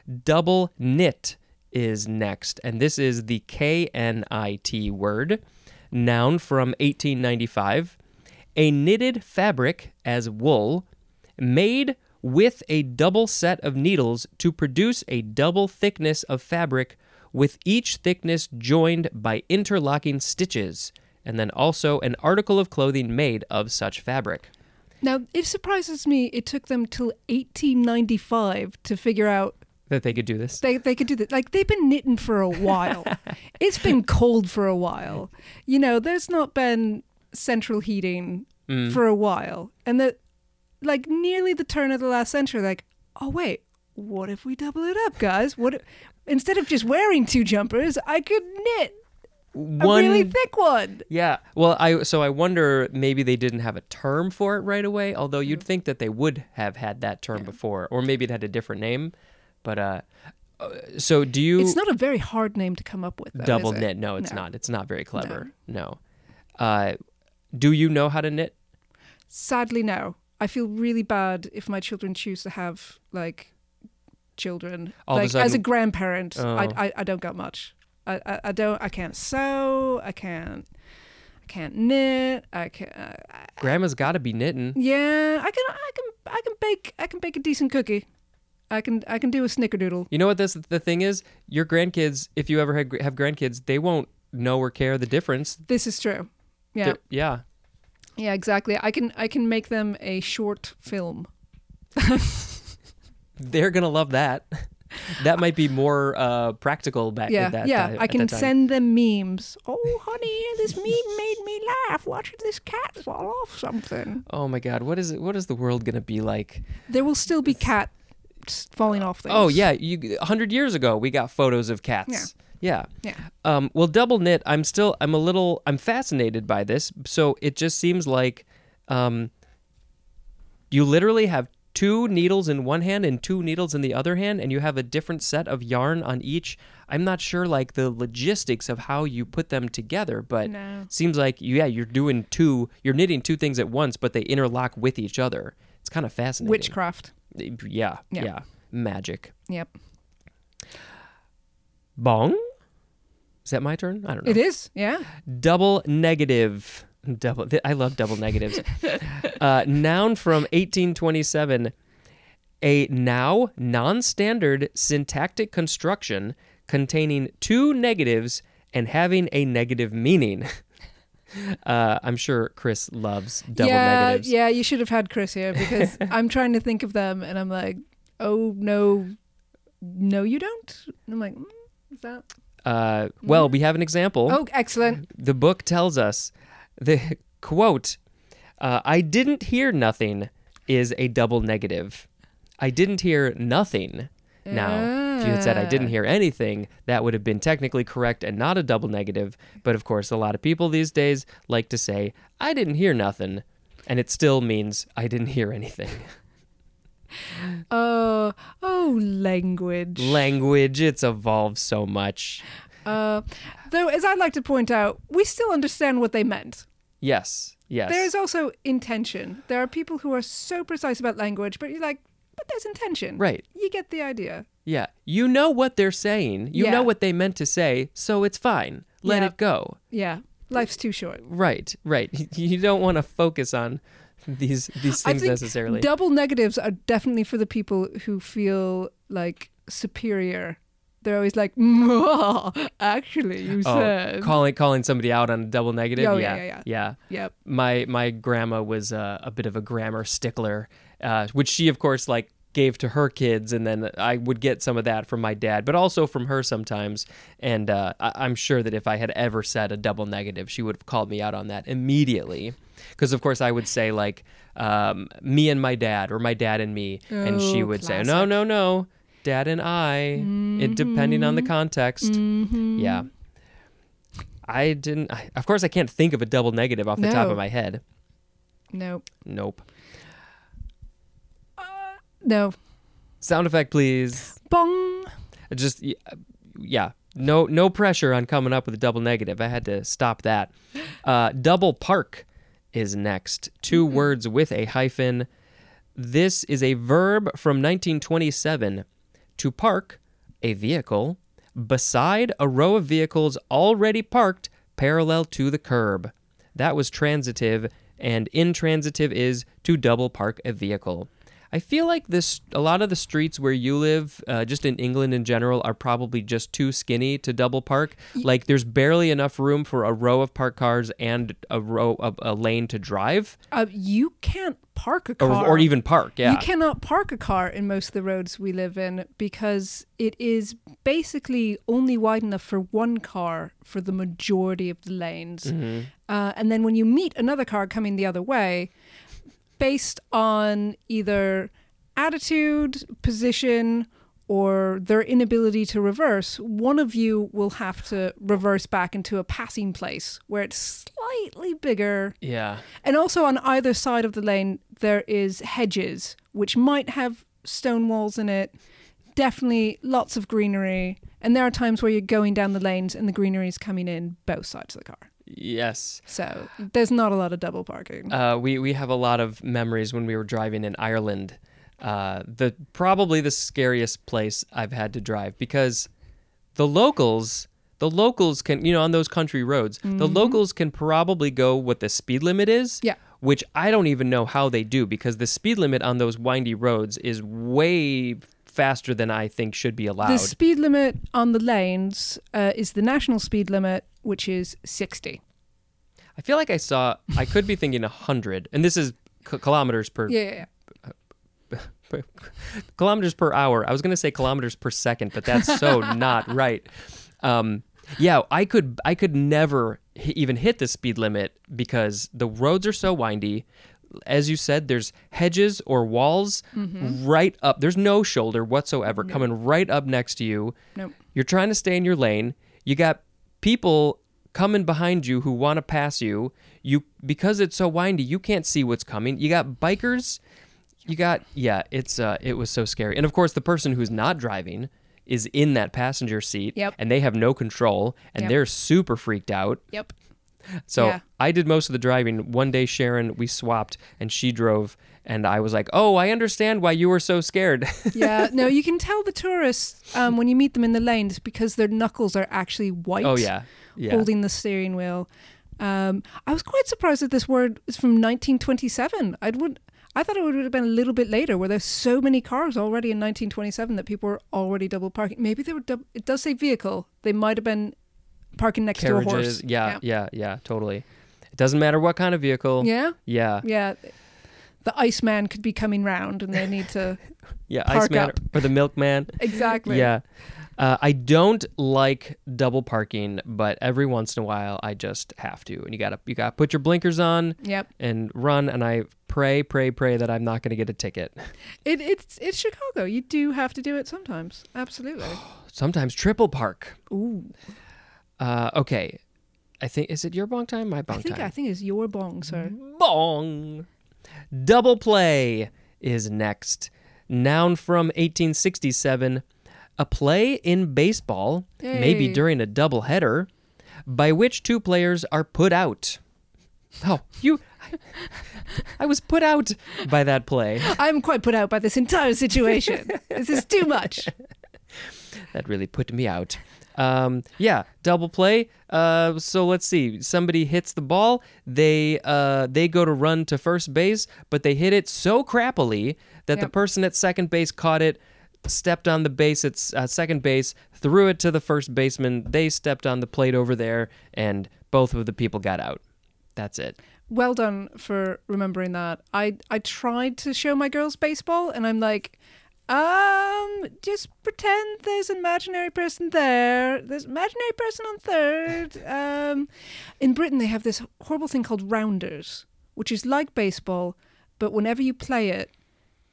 Double knit is next, and this is the K N I T word, noun from 1895. A knitted fabric as wool, made with a double set of needles to produce a double thickness of fabric, with each thickness joined by interlocking stitches, and then also an article of clothing made of such fabric. Now, it surprises me it took them till 1895 to figure out That they could do this. they, they could do that. Like, they've been knitting for a while. it's been cold for a while. You know, there's not been central heating for a while. And that, like, nearly the turn of the last century, like, oh, wait, what if we double it up, guys? What if, Instead of just wearing two jumpers, I could knit a One really thick one. Yeah. Well, I so I wonder maybe they didn't have a term for it right away, although you'd Mm-hmm. think that they would have had that term before or maybe it had a different name. But uh uh, so do you It's not a very hard name to come up with. Though, is double it? knit? No, it's not. It's not very clever. No. Uh do you know how to knit? Sadly, no. I feel really bad if my children choose to have like children. All of a like as a sudden- grandparent, Oh. I, I I don't got much. I, I I don't. I can't sew. I can't. I can't knit. I can. Uh, Grandma's got to be Mm. knitting. yeah, I can. I can. I can bake. I can bake a decent cookie. I can. I can do a snickerdoodle. You know what this the thing is? Your grandkids, if you ever had, have grandkids, they won't know or care the difference. This is true. Yeah. They're- yeah. Yeah. Exactly. I can. I can make them a short film. They're going to love that. that might be more uh practical back yeah, at that yeah. ti- I at can that time. send them memes. Oh, honey, this meme made me laugh. Watch this cat fall off something. Oh my God, what is it? What is the world gonna be like? There will still be cat falling off things. Oh yeah, you a hundred years ago we got photos of cats. Yeah. Yeah. Um, well, double knit. I'm still. I'm a little. I'm fascinated by this. So it just seems like, um, you literally have two needles in one hand and two needles in the other hand, and you have a different set of yarn on each. I'm not sure like the logistics of how you put them together, but No. seems like yeah, you're doing two. You're knitting two things at once, but they interlock with each other. It's kind of fascinating. Witchcraft. Yeah, yeah. Yeah. Magic. Yep. Bong? Is that my turn? I don't know. It is. Yeah. Double negative. Double. th- I love double negatives. uh, noun from 1827. A now non standard syntactic construction containing two negatives and having a negative meaning. Uh, I'm sure Chris loves double yeah, negatives. yeah, you should have had Chris here because I'm trying to think of them, and I'm like, oh no, no, you don't. And I'm like, mm, is that? Uh, well, we have an example. Oh, excellent. The book tells us the quote, uh, I didn't hear nothing is a double negative. I didn't hear nothing. Now, if you had said I didn't hear anything, that would have been technically correct and not a double negative. But of course, a lot of people these days like to say, I didn't hear nothing. And it still means I didn't hear anything. Oh, oh, language. Language, it's evolved so much. Uh, though, as I'd like to point out, we still understand what they meant. Yes, yes. There is also intention. There are people who are so precise about language, but you're like, but there's intention. Right. You get the idea. Yeah. You know what they're saying. You Yeah. know what they meant to say, so it's fine. Let Yeah. it go. Yeah. Life's too short. Right, right. You don't want to focus on these these I things think necessarily. Double negatives are definitely for the people who feel like superior. They're always like, "Mwah, actually, you oh, said. calling calling somebody out on a double negative. Oh, yeah, yeah, yeah, yeah. yep. My my grandma was uh, a bit of a grammar stickler, uh, which she of course like gave to her kids, and then I would get some of that from my dad, but also from her sometimes. And uh, I- I'm sure that if I had ever said a double negative, she would have called me out on that immediately. Because of course I would say like um, me and my dad, or my dad and me, and she Oh, would say no, classic. no, no, dad and I, it, depending on the context. Yeah. I didn't. I, of course, I can't think of a double negative off the top No. of my head. No. Nope. No. Sound effect, please. Bong. Just y- yeah. No, no pressure on coming up with a double negative. I had to stop that. Uh, double park is next. 2 words with a hyphen. This is a verb from 1927. To park a vehicle beside a row of vehicles already parked parallel to the curb. That was transitive, and intransitive is to double park a vehicle. I feel like this. A lot of the streets where you live, uh, just in England in general, are probably just too skinny to double park. Like there's barely enough room for a row of parked cars and a row of a lane to drive, Uh, you can't park a or, car. or even park. Yeah, You cannot park a car in most of the roads we live in because it is basically only wide enough for one car for the majority of the lanes. Uh, and then when you meet another car coming the other way, based on either attitude, position, or their inability to reverse, one of you will have to reverse back into a passing place where it's slightly bigger yeah. and also on either side of the lane, there is hedges, which might have stone walls in it. Definitely lots of greenery. And there are times where you're going down the lanes and the greenery is coming in both sides of the car. Yes. So there's not a lot of double parking. Uh, we we have a lot of memories when we were driving in Ireland. Uh, the probably the scariest place I've had to drive because the locals the locals can you know on those country roads the locals can probably go what the speed limit is. Yeah. Which I don't even know how they do because the speed limit on those windy roads is way faster than I think should be allowed. The speed limit on the lanes uh, is the national speed limit, which is 60. I feel like I saw I could be thinking 100 and this is k- kilometers per Yeah, yeah, yeah. kilometers per hour. I was going to say kilometers per second, but that's so not right. Um, yeah, I could I could never h- even hit the speed limit because the roads are so windy. As you said, there's hedges or walls right up. There's no shoulder whatsoever coming right up next to you. Nope. You're trying to stay in your lane. You got people coming behind you who want to pass you. You because it's so windy, you can't see what's coming. You got bikers. You got yeah. It's uh, it was so scary. And of course, the person who's not driving is in that passenger seat, Yep. and they have no control, and Yep. they're super freaked out. Yep. So Yeah. I did most of the driving. One day, Sharon, we swapped, and she drove, and I was like, "Oh, I understand why you were so scared." Yeah. No, you can tell the tourists um, when you meet them in the lanes because their knuckles are actually white. oh yeah, yeah. holding the steering wheel. Um, I was quite surprised that this word is from 1927. I would, I thought it would have been a little bit later, where there's so many cars already in 1927 that people were already double parking. Maybe they were. Dub- it does say vehicle. They might have been parking next to a horse. Yeah, yeah, yeah, totally. Doesn't matter what kind of vehicle. Yeah? Yeah. Yeah. The Iceman could be coming round and they need to. Yeah. Park Iceman up. or the milkman. exactly. Yeah. Uh, I don't like double parking, but every once in a while I just have to. And you gotta you gotta put your blinkers on Yep. and run. And I pray, pray, pray that I'm not gonna get a ticket. It, it's, it's Chicago. You do have to do it sometimes. Absolutely. Sometimes triple park. Ooh. Uh, okay. I think is it your bong time? My bong I think, time. I think it's your bong, sir. Bong. Double play is next. Noun from 1867. A play in baseball, maybe Yay. during a doubleheader, by which two players are put out. Oh, you. I was put out by that play. I'm quite put out by this entire situation. this is too much. That really put me out. Um, yeah, double play. Uh, so let's see. Somebody hits the ball. They uh, they go to run to first base, but they hit it so crappily that the Yep. person at second base caught it, stepped on the base at s- uh, second base, threw it to the first baseman. They stepped on the plate over there, and both of the people got out. That's it. Well done for remembering that. I I tried to show my girls baseball and I'm like, um, just pretend there's an imaginary person there. There's an imaginary person on third. Um, in Britain they have this horrible thing called rounders, which is like baseball, but whenever you play it,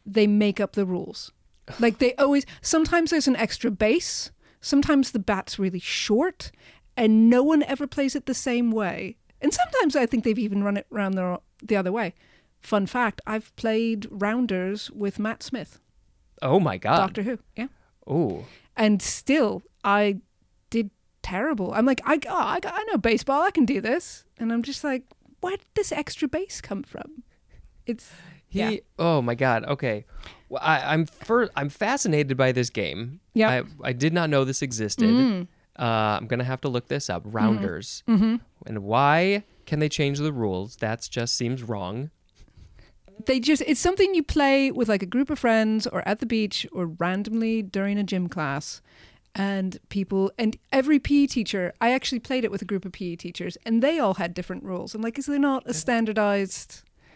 they make up the rules. Like they always sometimes there's an extra base, sometimes the bat's really short, and no one ever plays it the same way. And sometimes I think they've even run it round the the other way. Fun fact, I've played rounders with Matt Smith, Oh my god. Doctor Who. Yeah. Ooh. And still I did terrible. I'm like, I oh, I, I know baseball, I can do this. And I'm just like, where did this extra base come from? It's He. Yeah. Oh my God. Okay. Well, I, I'm fir- I'm fascinated by this game. Yep. Mm. I, I did not know this existed. Uh, I'm gonna have to look this up. Mm-hmm. Rounders. And why can they change the rules? That just seems wrong. they just it's something you play with like a group of friends or at the beach or randomly during a gym class and people and every PE teacher I actually played it with a group of PE teachers and they all had different rules I'm like is there not a standardized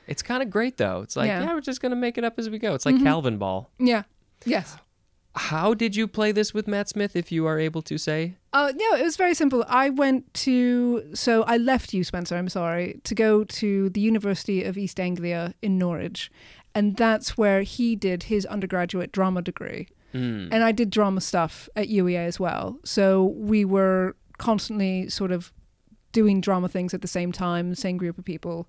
It's kind of great though. It's like yeah. Yeah. Mm-hmm. we're just gonna make it up as we go. It's like Calvin Ball. yeah yes How did you play this with Matt Smith? If you are able to say. Uh, no, it was very simple. I went to, so I left you, Spencer, I'm sorry, to go to the University of East Anglia in Norwich. And that's where he did his undergraduate drama degree. And I did drama stuff at UEA as well. So we were constantly sort of doing drama things at the same time, same group of people.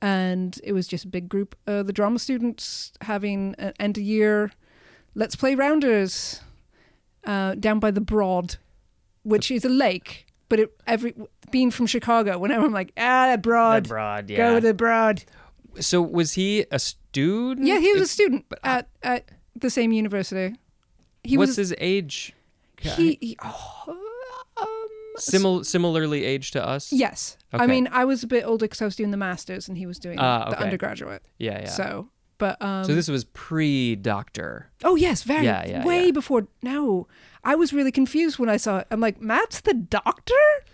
And it was just a big group. Uh, the drama students having an end of year, let's play rounders uh, down by the Broad, which is a lake. But it, every being from Chicago, whenever I'm like, ah, the Broad, broad. go to the Broad. So was he a student? Yeah, he was a Is- student at, at the same university. He uh, what's was his age? he, he oh, um, Simil- similarly aged to us. Yes. Okay. I mean, I was a bit older because I was doing the masters and he was doing Ah, the okay. undergraduate. Yeah. Yeah. So, but um, So this was pre-doctor. oh yes, very Yeah, yeah, way yeah. before. No, I was really confused when I saw it. I'm like, Matt's the doctor.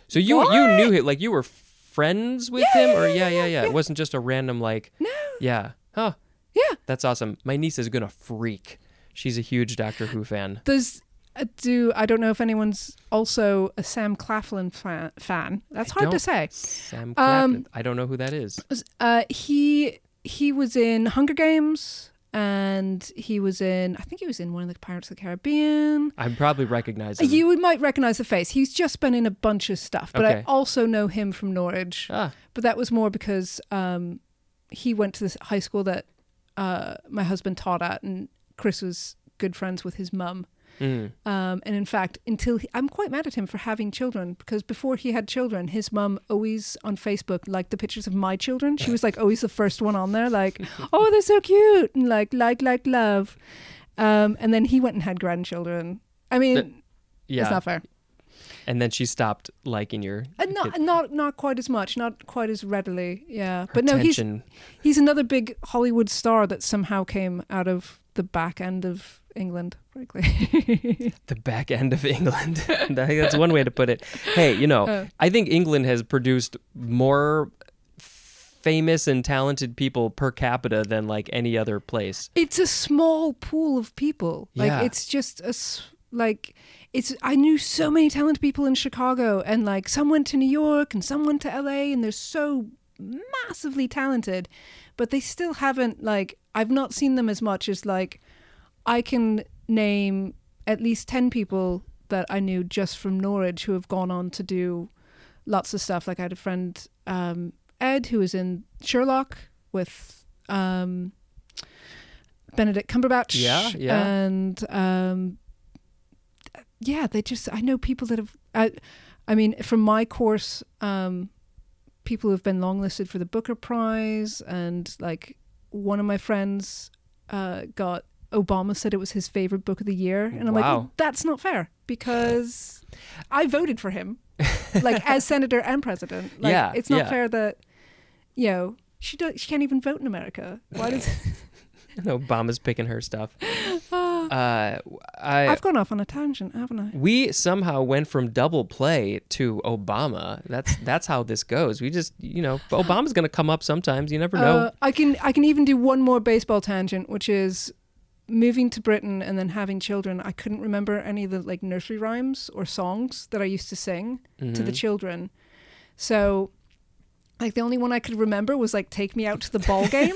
So you you What? knew him, like you were friends with Yeah, him, yeah, or yeah, yeah, yeah, yeah, yeah, yeah. It wasn't just a random like. No. Yeah. Huh. Yeah. That's awesome. My niece is gonna freak. She's a huge Doctor Who fan. There's uh, do I don't know if anyone's also a Sam Claflin fan. fan. That's hard to don't- say. Um, Sam Claflin. I don't know who that is. Uh, he he was in Hunger Games and he was in I think he was in one of the Pirates of the Caribbean. I'm probably recognizing. You would- might recognize the face. He's just been in a bunch of stuff, but Okay. I also know him from Norwich. Ah. But that was more because um, he went to this high school that uh, my husband taught at, and Chris was good friends with his mum. Mm. Um, and in fact, until he, I'm quite mad at him for having children because before he had children, his mum always on Facebook liked the pictures of my children. She was like always the first one on there, like, oh, they're so cute, and like, like, like, love. Um, and then he went and had grandchildren. I mean, That- it's Yeah. not Uh, fair. And then she stopped liking your. And not, not not quite as much, not quite as readily. Yeah, but no, he's attention. he's another big Hollywood star that somehow came out of the back end of England, frankly. the back end of England. I think That's one way to put it. Hey, you know, I think England has produced more famous and talented people per capita than like any other place. it's a small pool of people. Like Yeah. it's just a s- like it's. I knew so many talented people in Chicago, and like some went to New York, and some went to LA, and they're so massively talented, but they still haven't like. I've not seen them as much as like. I can name at least ten people that I knew just from Norwich who have gone on to do lots of stuff. Like I had a friend um, Ed who was in Sherlock with um, Benedict Cumberbatch. Yeah, yeah. And um, yeah, they just I know people that have. I, I mean, from my course, um, people who've been longlisted for the Booker Prize, and like one of my friends uh, got. Obama said it was his favorite book of the year, and I'm like, Wow. well, that's not fair because I voted for him like as senator and president. Like, Yeah, it's not yeah. fair that you know she do she can't even vote in America. Why does And Obama's picking her stuff. Uh, I I've gone off on a tangent, haven't I? we somehow went from double play to Obama. That's that's how this goes. We just you know Obama's gonna come up sometimes. You never know. Uh, I can I can even do one more baseball tangent, which is moving to Britain and then having children. I couldn't remember any of the like nursery rhymes or songs that I used to sing to Mm-hmm. the children. So like the only one I could remember was like take me out to the ball game.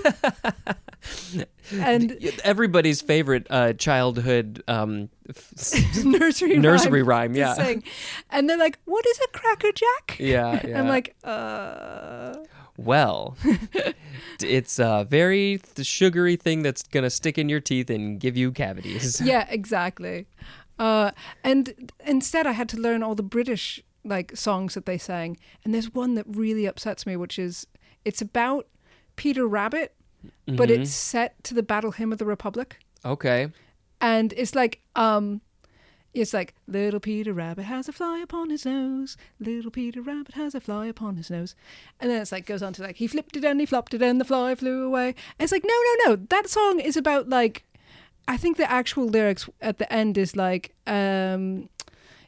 and Everybody's favorite uh, childhood um, f- nursery rhyme nursery rhyme. to Yeah. sing. And they're like, "What is a cracker jack?" Yeah, yeah. I'm like, "Uh, well, d- it's a very th- sugary thing that's gonna stick in your teeth and give you cavities. yeah, exactly." Uh, and instead, I had to learn all the British like songs that they sang. And there's one that really upsets me, which is it's about Peter Rabbit, but it's set to the Battle Hymn of the Republic. Okay. and it's like um it's like little peter rabbit has a fly upon his nose little peter rabbit has a fly upon his nose and then it's like goes on to like he flipped it and he flopped it and the fly flew away and it's like no no no that song is about like i think the actual lyrics at the end is like um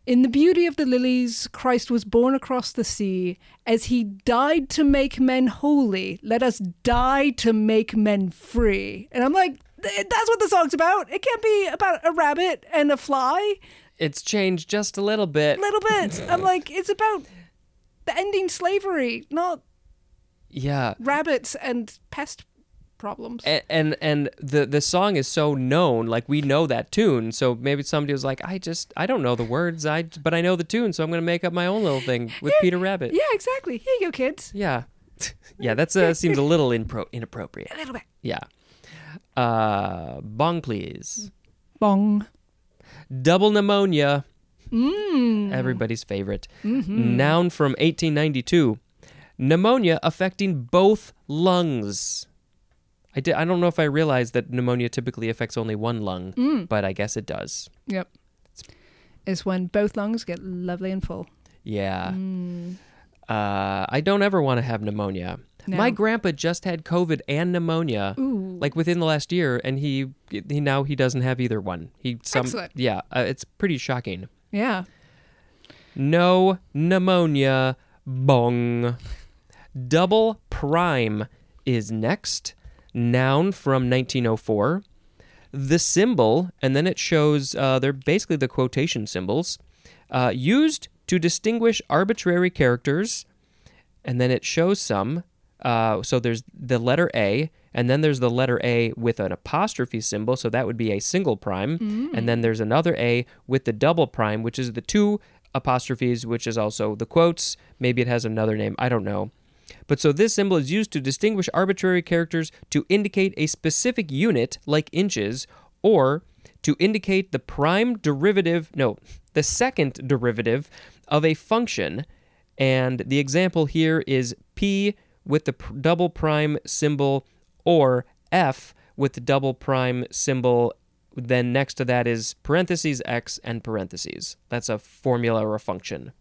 in the beauty of the lilies, Christ was born across the sea. As he died to make men holy, let us die to make men free. And I'm like, "Th- that's what the song's about. It can't be about a rabbit and a fly. It's changed just a little bit. A little bit. I'm like, it's about the ending slavery, not Yeah. rabbits and pest problems. and and, and the, the song is so known like we know that tune so maybe somebody was like i just i don't know the words i but i know the tune so i'm gonna make up my own little thing with peter rabbit yeah, exactly. Here you go, kids. yeah yeah that's uh, seems a little impro- inappropriate A little bit. yeah uh bong please Bong. double pneumonia Mm. everybody's favorite Mm-hmm. noun from 1892 pneumonia affecting both lungs I, did, I don't know if I realized that pneumonia typically affects only one lung, Mm. but I guess it does. Yep. It's when both lungs get lovely and full. Yeah. Uh, I don't ever want to have pneumonia. Mm. No. My grandpa just had COVID and pneumonia, Ooh. like within the last year, and he, he now he doesn't have either one. He some Excellent. yeah, uh, it's pretty shocking. Yeah. No pneumonia bong. Double prime is next. Noun from 1904. The symbol, and then it shows uh, they're basically the quotation symbols uh, used to distinguish arbitrary characters. And then it shows some. Uh, so there's the letter A, and then there's the letter A with an apostrophe symbol. So that would be a single prime. And then there's another A with the double prime, which is the two apostrophes, which is also the quotes. Maybe it has another name. I don't know. But so this symbol is used to distinguish arbitrary characters to indicate a specific unit, like inches, or to indicate the prime derivative, no, the second derivative of a function. And the example here is p with the pr- double prime symbol or f with the double prime symbol. Then next to that is parentheses x and parentheses. That's a formula or a function.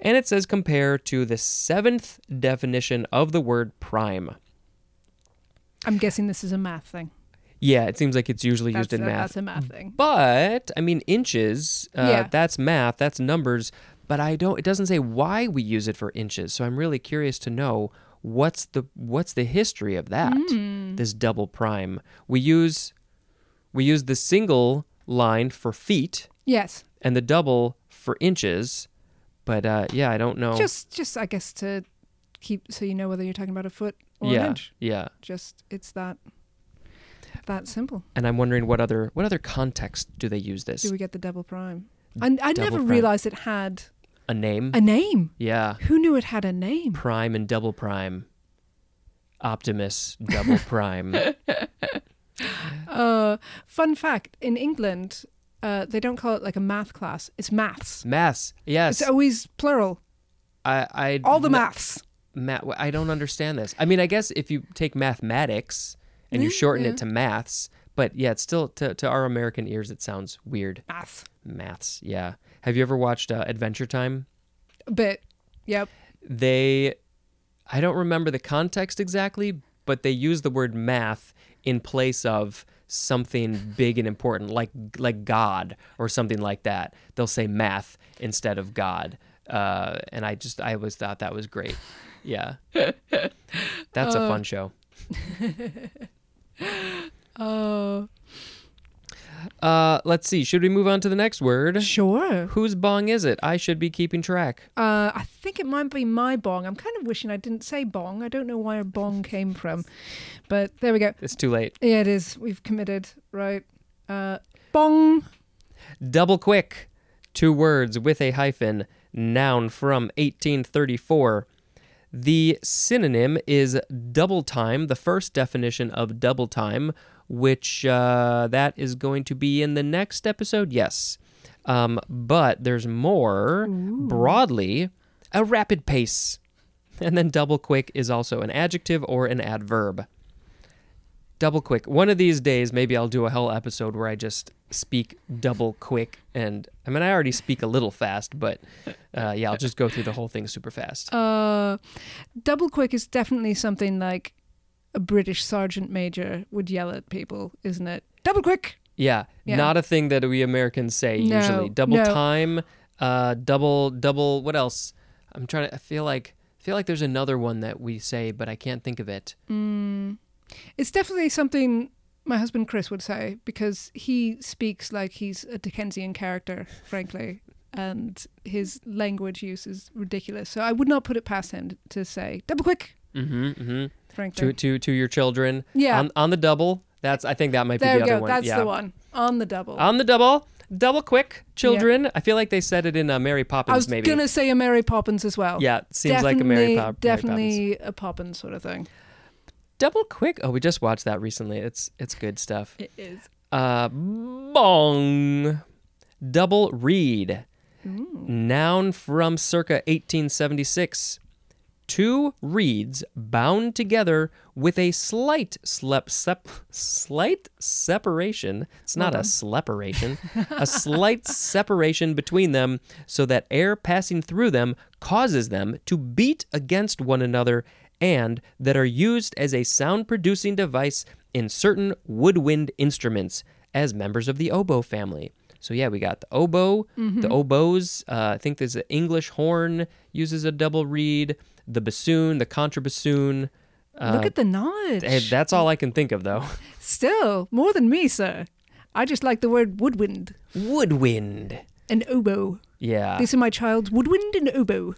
And it says compare to the seventh definition of the word prime. I'm guessing this is a math thing. Yeah, it seems like it's usually used in a, math. That's a math thing. But I mean, inches. Uh, Yeah. That's math. That's numbers. But I don't. It doesn't say why we use it for inches. So I'm really curious to know what's the what's the history of that? Hmm. This double prime. We use we use the single line for feet Yes. and the double for inches, but uh, yeah, I don't know. Just, just I guess to keep so you know whether you're talking about a foot or yeah, an inch. yeah. Just it's that that simple. And I'm wondering what other what other context do they use this? Do we get the double prime? And I Mm. Double never prime. realized realized it had a name? a name. yeah, Who knew it had a name? prime and double prime. Optimus double prime. Uh, fun fact: in England, uh, they don't call it like a math class. It's maths. Maths. Yes. It's always plural. I, I All the math. math maths. i don't understand this i mean i guess if you take mathematics and Mm-hmm, you shorten it to maths but yeah it's still to, to our american ears it sounds weird Maths. maths yeah have you ever watched uh, adventure time But yep. they i don't remember the context exactly but they use the word math in place of something big and important like like god or something like that they'll say math instead of god uh, and i just i always thought that was great yeah that's a fun show Oh, uh let's see should we move on to the next word sure. whose bong is it i should be keeping track Uh, I think it might be my bong. I'm kind of wishing I didn't say bong. I don't know where bong came from, but there we go. it's too late Yeah, it is. We've committed, right? Uh, bong. Double quick. Two words with a hyphen. Noun from 1834. The synonym is double time, the first definition of double time, which uh, that is going to be in the next episode, yes. Um, but there's more broadly a rapid pace. And then double quick is also an adjective or an adverb. Double quick. One of these days, maybe I'll do a whole episode where I just speak double quick. And I mean, I already speak a little fast, but uh, yeah, I'll just go through the whole thing super fast. Uh, double quick is definitely something like a British sergeant major would yell at people, isn't it? Double quick. Yeah, Yeah. not a thing that we Americans say No, usually. Double no. time, uh, double double. What else? I'm trying to. I feel like I feel like there's another one that we say, but I can't think of it. Mm. It's definitely something my husband Chris would say because he speaks like he's a Dickensian character, frankly, and his language use is ridiculous. So I would not put it past him to say double quick, hmm hmm frankly. To to to your children. Yeah. On, on the double. That's. I think that might there be the we other go. one. That's yeah. the one on the double. On the double. Double quick, children. I feel like they said it in uh, Mary Poppins. I was maybe. gonna say a Mary Poppins as well. Yeah, it seems like a Mary, Pop- Mary Definitely Poppins. a Poppins sort of thing. Double quick. Oh, we just watched that recently. It's it's good stuff. It is. Uh, bong. Double read. Noun from circa 1876. Two reeds bound together with a slight slep, sep, slight separation. It's not a sleparation. a slight separation between them so that air passing through them causes them to beat against one another and that are used as a sound producing device in certain woodwind instruments as members of the oboe family. So yeah, we got the oboe, the oboes. Uh, I think there's the English horn uses a double reed, the bassoon, the contrabassoon. Uh, Look at the knowledge. Hey, that's all I can think of though. Still, more than me, sir. I just like the word woodwind Woodwind. and oboe. Yeah. These are my child's woodwind and oboe.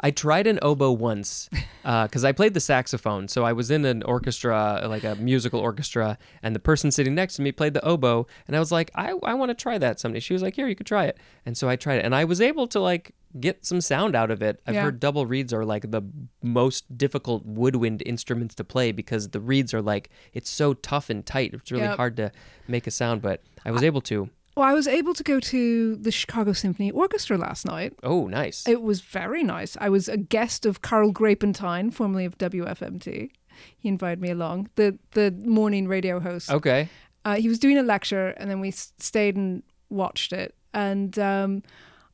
I tried an oboe once because I played the saxophone. So I was in an orchestra, like a musical orchestra, and the person sitting next to me played the oboe. And I was like, I, I want to try that someday. She was like, Here, you could try it. And so I tried it. And I was able to like get some sound out of it. I've Yeah. heard double reeds are like the most difficult woodwind instruments to play because the reeds are like, it's so tough and tight. It's really Yep. hard to make a sound. But I was able to. Well, I was able to go to the Chicago Symphony Orchestra last night. Oh, nice. It was very nice. I was a guest of Carl Grapentine, formerly of WFMT. He invited me along, the the morning radio host. Okay. Uh, he was doing a lecture, and then we s- stayed and watched it. And um,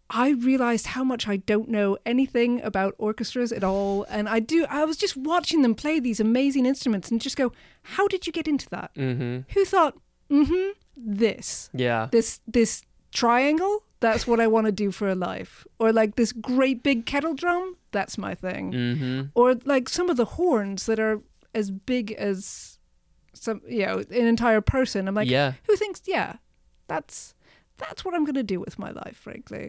I realized how much I don't know anything about orchestras at all. And I do. I was just watching them play these amazing instruments, and just go, "How did you get into that? Mm hmm. Who thought, mm-hmm, this, Yeah. this, this triangle That's what I want to do for a life. Or like this great big kettle drum. That's my thing. Mm-hmm. Or like some of the horns that are as big as some, you know, an entire person. I'm like, yeah. who thinks yeah that's that's what i'm going to do with my life frankly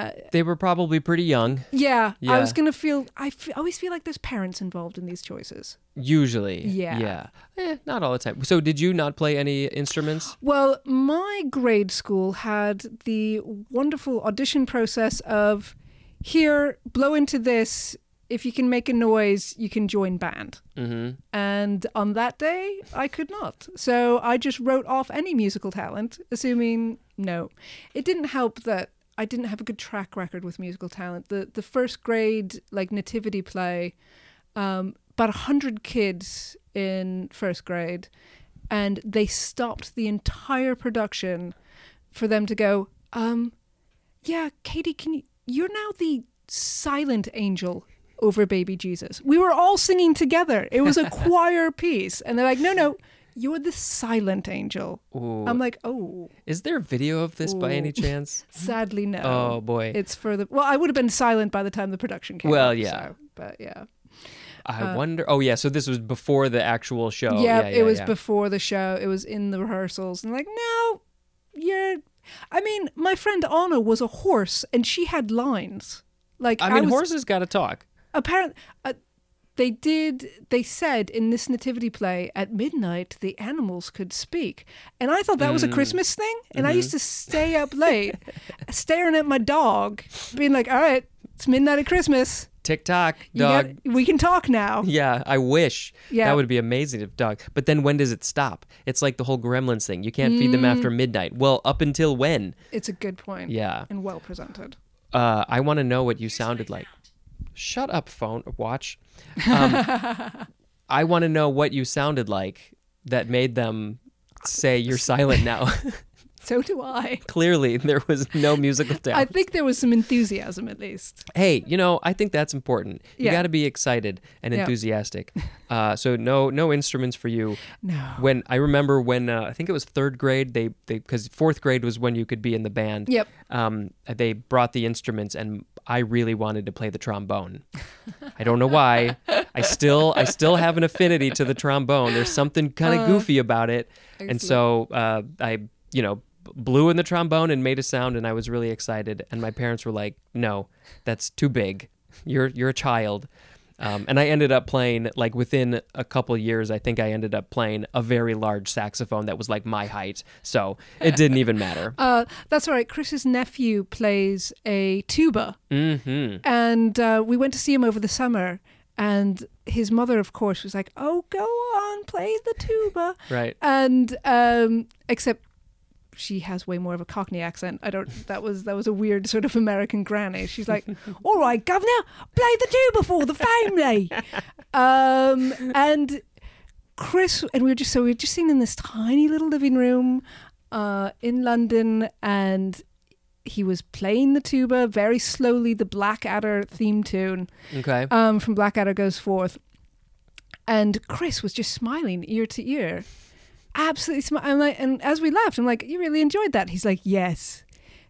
uh, They were probably pretty young, yeah, i Yeah. was going to feel I f- I always feel like there's parents involved in these choices usually. Yeah. Yeah. Eh, not all the time. So did you not play any instruments? well my grade school had the wonderful audition process of here blow into this if you can make a noise you can join band Mm-hmm. and on that day i could not so i just wrote off any musical talent assuming no it didn't help that i didn't have a good track record with musical talent the the first grade like nativity play um, about 100 kids in first grade and they stopped the entire production for them to go um yeah katie can you you're now the silent angel over baby jesus we were all singing together it was a choir piece and they're like no no you're the silent angel Ooh. i'm like oh Is there a video of this by any Um, Ooh. chance? sadly no Oh boy. it's for the well i would have been silent by the time the production came Well, up, yeah. so- but yeah I wonder. Oh yeah, so this was before the actual show. yeah, Oh, yeah, uh, it was yeah. before the show. It was in the rehearsals, and like, no, you're. I mean, my friend Anna was a horse, and she had lines. Like, I mean, was, horses got to talk. Apparently, uh, they did. They said in this nativity play at midnight the animals could speak, and I thought that Mm. was a Christmas thing. And I Mm-hmm. used to stay up late, staring at my dog, being like, "All right, it's midnight at Christmas. Tick tock, You dog. got- we can talk now." Yeah, I wish. Yeah. That would be amazing if dog. But then when does it stop? It's like the whole gremlins thing. You can't feed them after Mm. midnight. Well, up until when? It's a good point. Yeah. and well presented. Uh, I want to know what you sounded like. Shut up, phone. Watch. Um, I want to know what you sounded like that made them say you're silent now. So do I. Clearly, there was no musical I talent. think there was some enthusiasm at least. hey, you know, I think that's important. You Yeah. got to be excited and Yeah. enthusiastic. Uh, so no, no instruments for you. No. When I remember when uh, I think it was third grade, they they because fourth grade was when you could be in the band. Yep. Um, they brought the instruments, and I really wanted to play the trombone. I don't know why. I still I still have an affinity to the trombone. There's something kind of goofy about it, and so uh, I you know b- blew in the trombone and made a sound, and I was really excited. And my parents were like, "No, that's too big. You're you're a child." Um, and I ended up playing like within a couple years. I think I ended up playing a very large saxophone that was like my height, so it didn't even matter. Uh, that's all right. Chris's nephew plays a tuba, Mm-hmm. and uh, we went to see him over the summer. And his mother, of course, was like, "Oh, go on, play the tuba." Right. And um, except she has way more of a Cockney accent. I don't. That was that was a weird sort of American granny. She's like, "All right, governor, play the tuba for the family." um, and Chris and we were just so we were just sitting in this tiny little living room uh, in London, and he was playing the tuba very slowly, the Blackadder theme tune Okay. um, from Blackadder goes forth, and Chris was just smiling ear to ear, absolutely smiling. I'm like, and as we left, I'm like, "You really enjoyed that?" He's like, "Yes."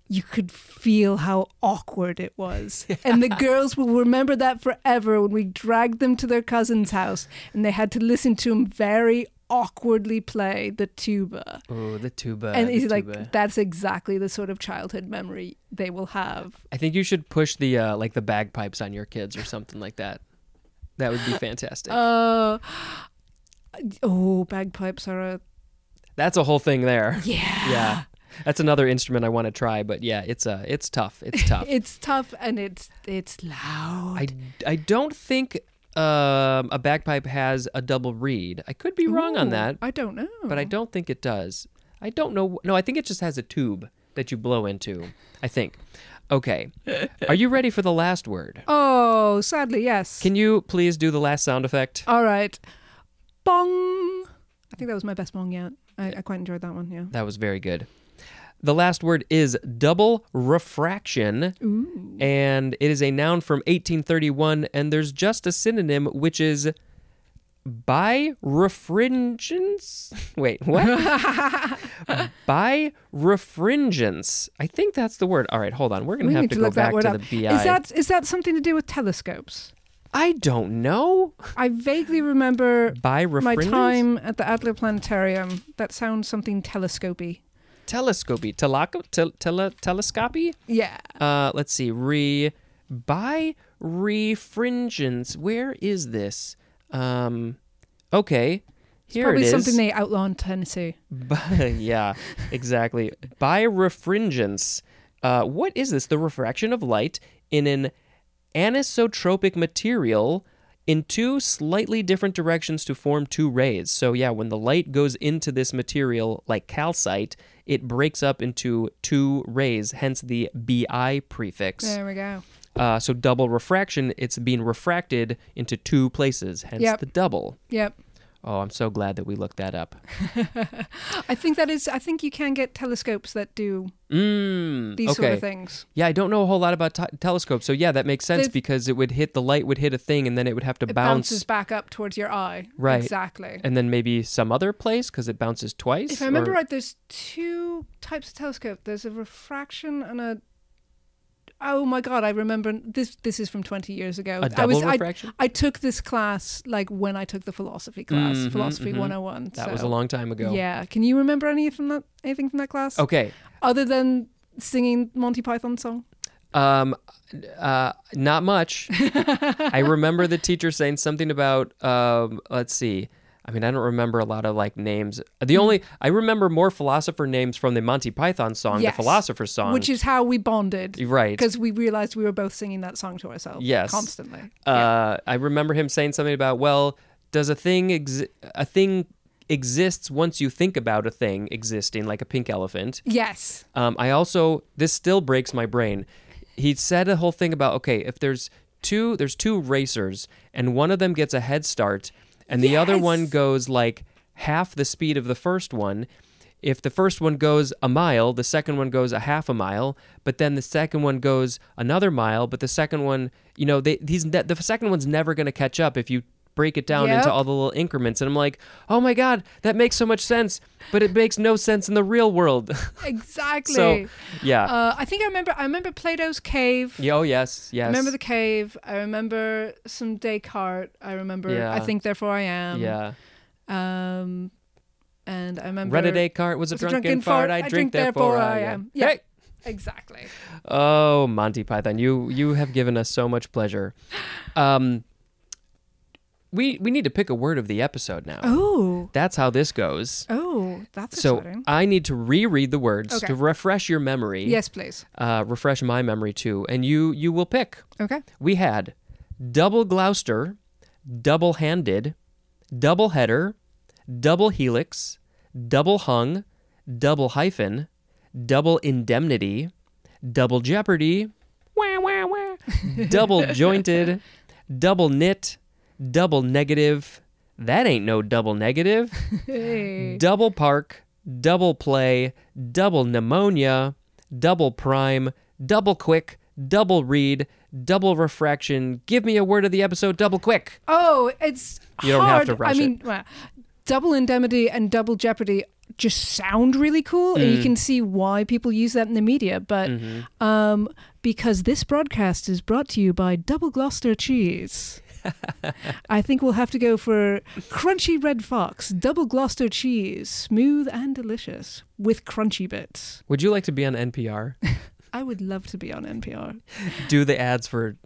You could feel how awkward it was. And the girls will remember that forever when we dragged them to their cousin's house and they had to listen to him very awkwardly play the tuba. Oh, the tuba. and the he's like, tuba. that's exactly the sort of childhood memory they will have. I think you should push the uh, like the bagpipes on your kids or something like that. That would be fantastic. Uh, oh, bagpipes are a That's a whole thing there. Yeah. Yeah. That's another instrument I want to try, but yeah, it's uh, it's tough. It's tough. It's tough and it's it's loud. I, I don't think um, a bagpipe has a double reed. I could be wrong on Ooh, Oh. that, I don't know. but I don't think it does. I don't know. No, I think it just has a tube that you blow into. I think. Okay. Are you ready for the last word? Oh, sadly, yes. Can you please do the last sound effect? All right. Bong. I think that was my best bong yet. I, I quite enjoyed that one, yeah. That was very good. The last word is double refraction, and it is a noun from 1831, and there's just a synonym, which is by refringence. Wait, what? by refringence. I think that's the word. All right, hold on. We're gonna We have need to, to, go look that back word to up. the BI. Is that is that something to do with telescopes? I don't know. I vaguely remember By refringence. my time at the Adler Planetarium. That sounds something telescopy. Telescopy. Telaco- tel- tele- telescopy. Yeah. Uh, let's see. Re by refringence. Where is this? Um, okay. Here Probably it is. something they outlaw in Tennessee. By, yeah, exactly. By refringence. Uh, what is this? The refraction of light in an anisotropic material in two slightly different directions to form two rays. So, yeah, when the light goes into this material, like calcite, it breaks up into two rays, hence the BI prefix. There we go. Uh, so, double refraction, it's being refracted into two places, hence Yep. the double. Yep. Oh, I'm so glad that we looked that up. I think that is. I think you can get telescopes that do Mm, these okay. sort of things. Yeah, I don't know a whole lot about t- telescopes. So yeah, that makes sense They've- because it would hit the light would hit a thing and then it would have to It bounce bounces back up towards your eye. Right. Exactly. and then maybe some other place because it bounces twice. If I remember or- right, there's two types of telescope. There's a refraction and a. Oh my god! I remember this. This is from 20 years ago. a I double was. I, refraction. I took this class like when I took the philosophy class, Mhm, philosophy mhm. 101. that so- was a long time ago. Yeah. Can you remember any from that? Anything from that class? Okay. Other than singing Monty Python song. Um, uh, not much. I remember the teacher saying something about um. Let's see. I mean, I don't remember a lot of like names. Mm-hmm. The only I remember more philosopher names from the Monty Python song, Yes. the philosopher song, Which is how we bonded. right. Because we realized we were both singing that song to ourselves. Yes. Constantly. Uh, I remember him saying something about, well, does a thing exi- a thing exists once you think about a thing existing, like a pink elephant? yes. Um, I also this still breaks my brain. He said a whole thing about okay, if there's two there's two racers and one of them gets a head start and the other Yes. one goes like half the speed of the first one. If the first one goes a mile, the second one goes a half a mile, but then the second one goes another mile, but the second one, you know, they he's ne- the second one's never going to catch up if you break it down into Yep. all the little increments and I'm like, "Oh my god, that makes so much sense, but it makes no sense in the real world." Exactly. So yeah. Uh, I think I remember. I remember Plato's cave. yeah. Oh yes. Yes. I remember the cave. I remember some Descartes. I remember. Yeah. I think therefore I am. yeah. Um, and I remember. Read a Descartes was a was a drunken, fart. I, drink, therefore, I am. Yeah. Hey! Exactly. Oh, Monty Python, you you have given us so much pleasure. Um, we we need to pick a word of the episode now. Oh. That's how this goes. Oh, that's So exciting. I need to reread the words Okay. to refresh your memory. Yes, please. Uh, refresh my memory too, and you you will pick. Okay. We had double Gloucester, double handed, double header, double helix, double hung, double hyphen, double indemnity, double jeopardy, wah, wah, wah, double jointed, double knit, double negative. That ain't no double negative. Hey. Double park, double play, double pneumonia, double prime, double quick, double read, double refraction. Give me a word of the episode, double quick. Oh, it's You don't have hard. to rush I it. mean, well, double indemnity and double jeopardy just sound really cool, and Mm. you can see why people use that in the media. But Mm-hmm. um, because this broadcast is brought to you by Double Gloucester Cheese, I think we'll have to go for crunchy red fox, double Gloucester cheese, smooth and delicious with crunchy bits. Would you like to be on NPR? I would love to be on NPR. Do the ads for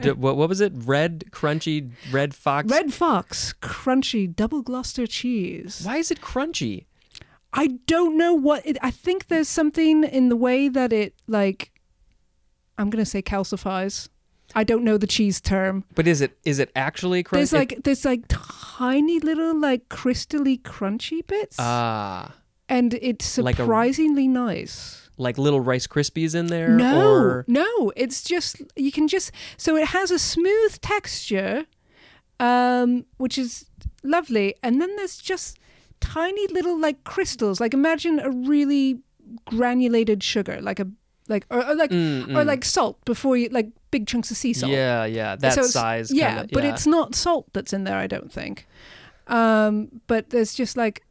d- what, what was it? Red crunchy red fox. Red fox, crunchy double Gloucester cheese. Why is it crunchy? I don't know what it, I think there's something in the way that it like I'm going to say calcifies. I don't know the cheese term. But is it is it actually crunchy? There's like there's like tiny little like crystally crunchy bits ah, and it's like a- surprisingly nice. like little Rice Krispies in there. No. or No, it's just you can just so it has a smooth texture um which is lovely and then there's just tiny little like crystals. Like imagine a really granulated sugar like a like or, or like Mm, or mm. like salt before you like big chunks of sea salt. Yeah, yeah. That So it's- size. Yeah, kinda, but it's not salt that's in there, I don't think. Um, but there's just like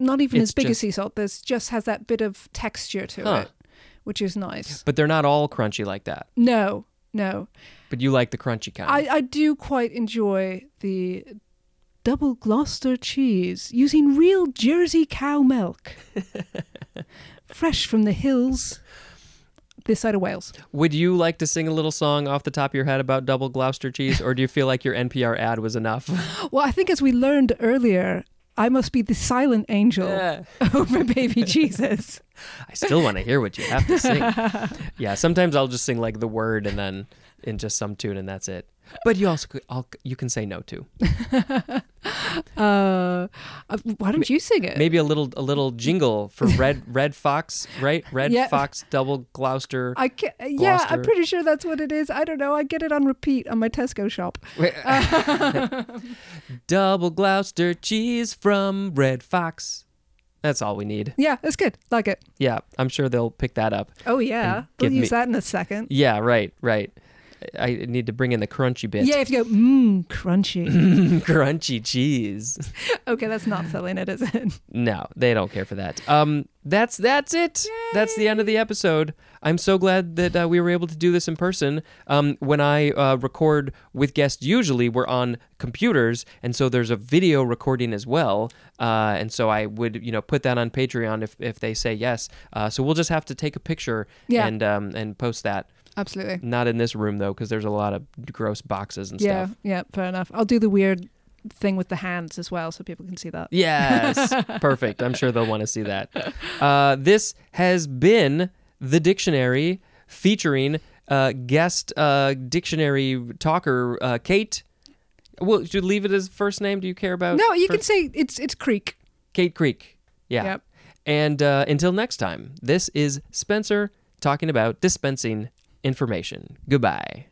not even It's as big as just- sea salt. There's just has that bit of texture to Huh. it, which is nice. But they're not all crunchy like that. No, no, But you like the crunchy kind. I, I do quite enjoy the double Gloucester cheese using real Jersey cow milk, fresh from the hills, this side of Wales. Would you like to sing a little song off the top of your head about double Gloucester cheese, or do you feel like your NPR ad was enough? Well, I think as we learned earlier, I must be the silent angel over baby Jesus. I still want to hear what you have to sing. yeah, sometimes I'll just sing like the word and then in just some tune, and that's it. But you also could, I'll, you can say no to Uh, uh, why don't you sing it? maybe a little a little jingle for red red fox right red Yeah. fox double Gloucester. I ca yeah, Gloucester. I'm pretty sure that's what it is. I don't know. I get it on repeat on my Tesco shop. Wait. double Gloucester cheese from Red Fox. That's all we need. Yeah, it's good. Like it. Yeah, I'm sure they'll pick that up. Oh yeah, And we'll give use me- that in a second. Yeah, right, right. I I need to bring in the crunchy bit. Yeah, if you go mmm crunchy. crunchy cheese. okay, that's not filling it, is it? No, they don't care for that. Um, that's that's it. That's the end of the episode. I'm so glad that uh, we were able to do this in person. Um, when I uh, record with guests, usually we're on computers, and so there's a video recording as well. Uh, and so I would, you know, put that on Patreon if, if they say yes. Uh, so we'll just have to take a picture Yeah. and um, and post that. Absolutely. Not in this room though, because there's a lot of gross boxes and Yeah, stuff. yeah, fair enough. I'll do the weird thing with the hands as well, so people can see that. Yes. Perfect. I'm sure they'll want to see that. Uh, this has been The Dictionary featuring uh, guest uh, dictionary talker uh, Kate. Well, should we leave it as first name? Do you care about? No, you first- can say it's it's Creek. Kate Creek. Yeah. Yep. And uh, until next time, this is Spencer talking about dispensing information. Goodbye.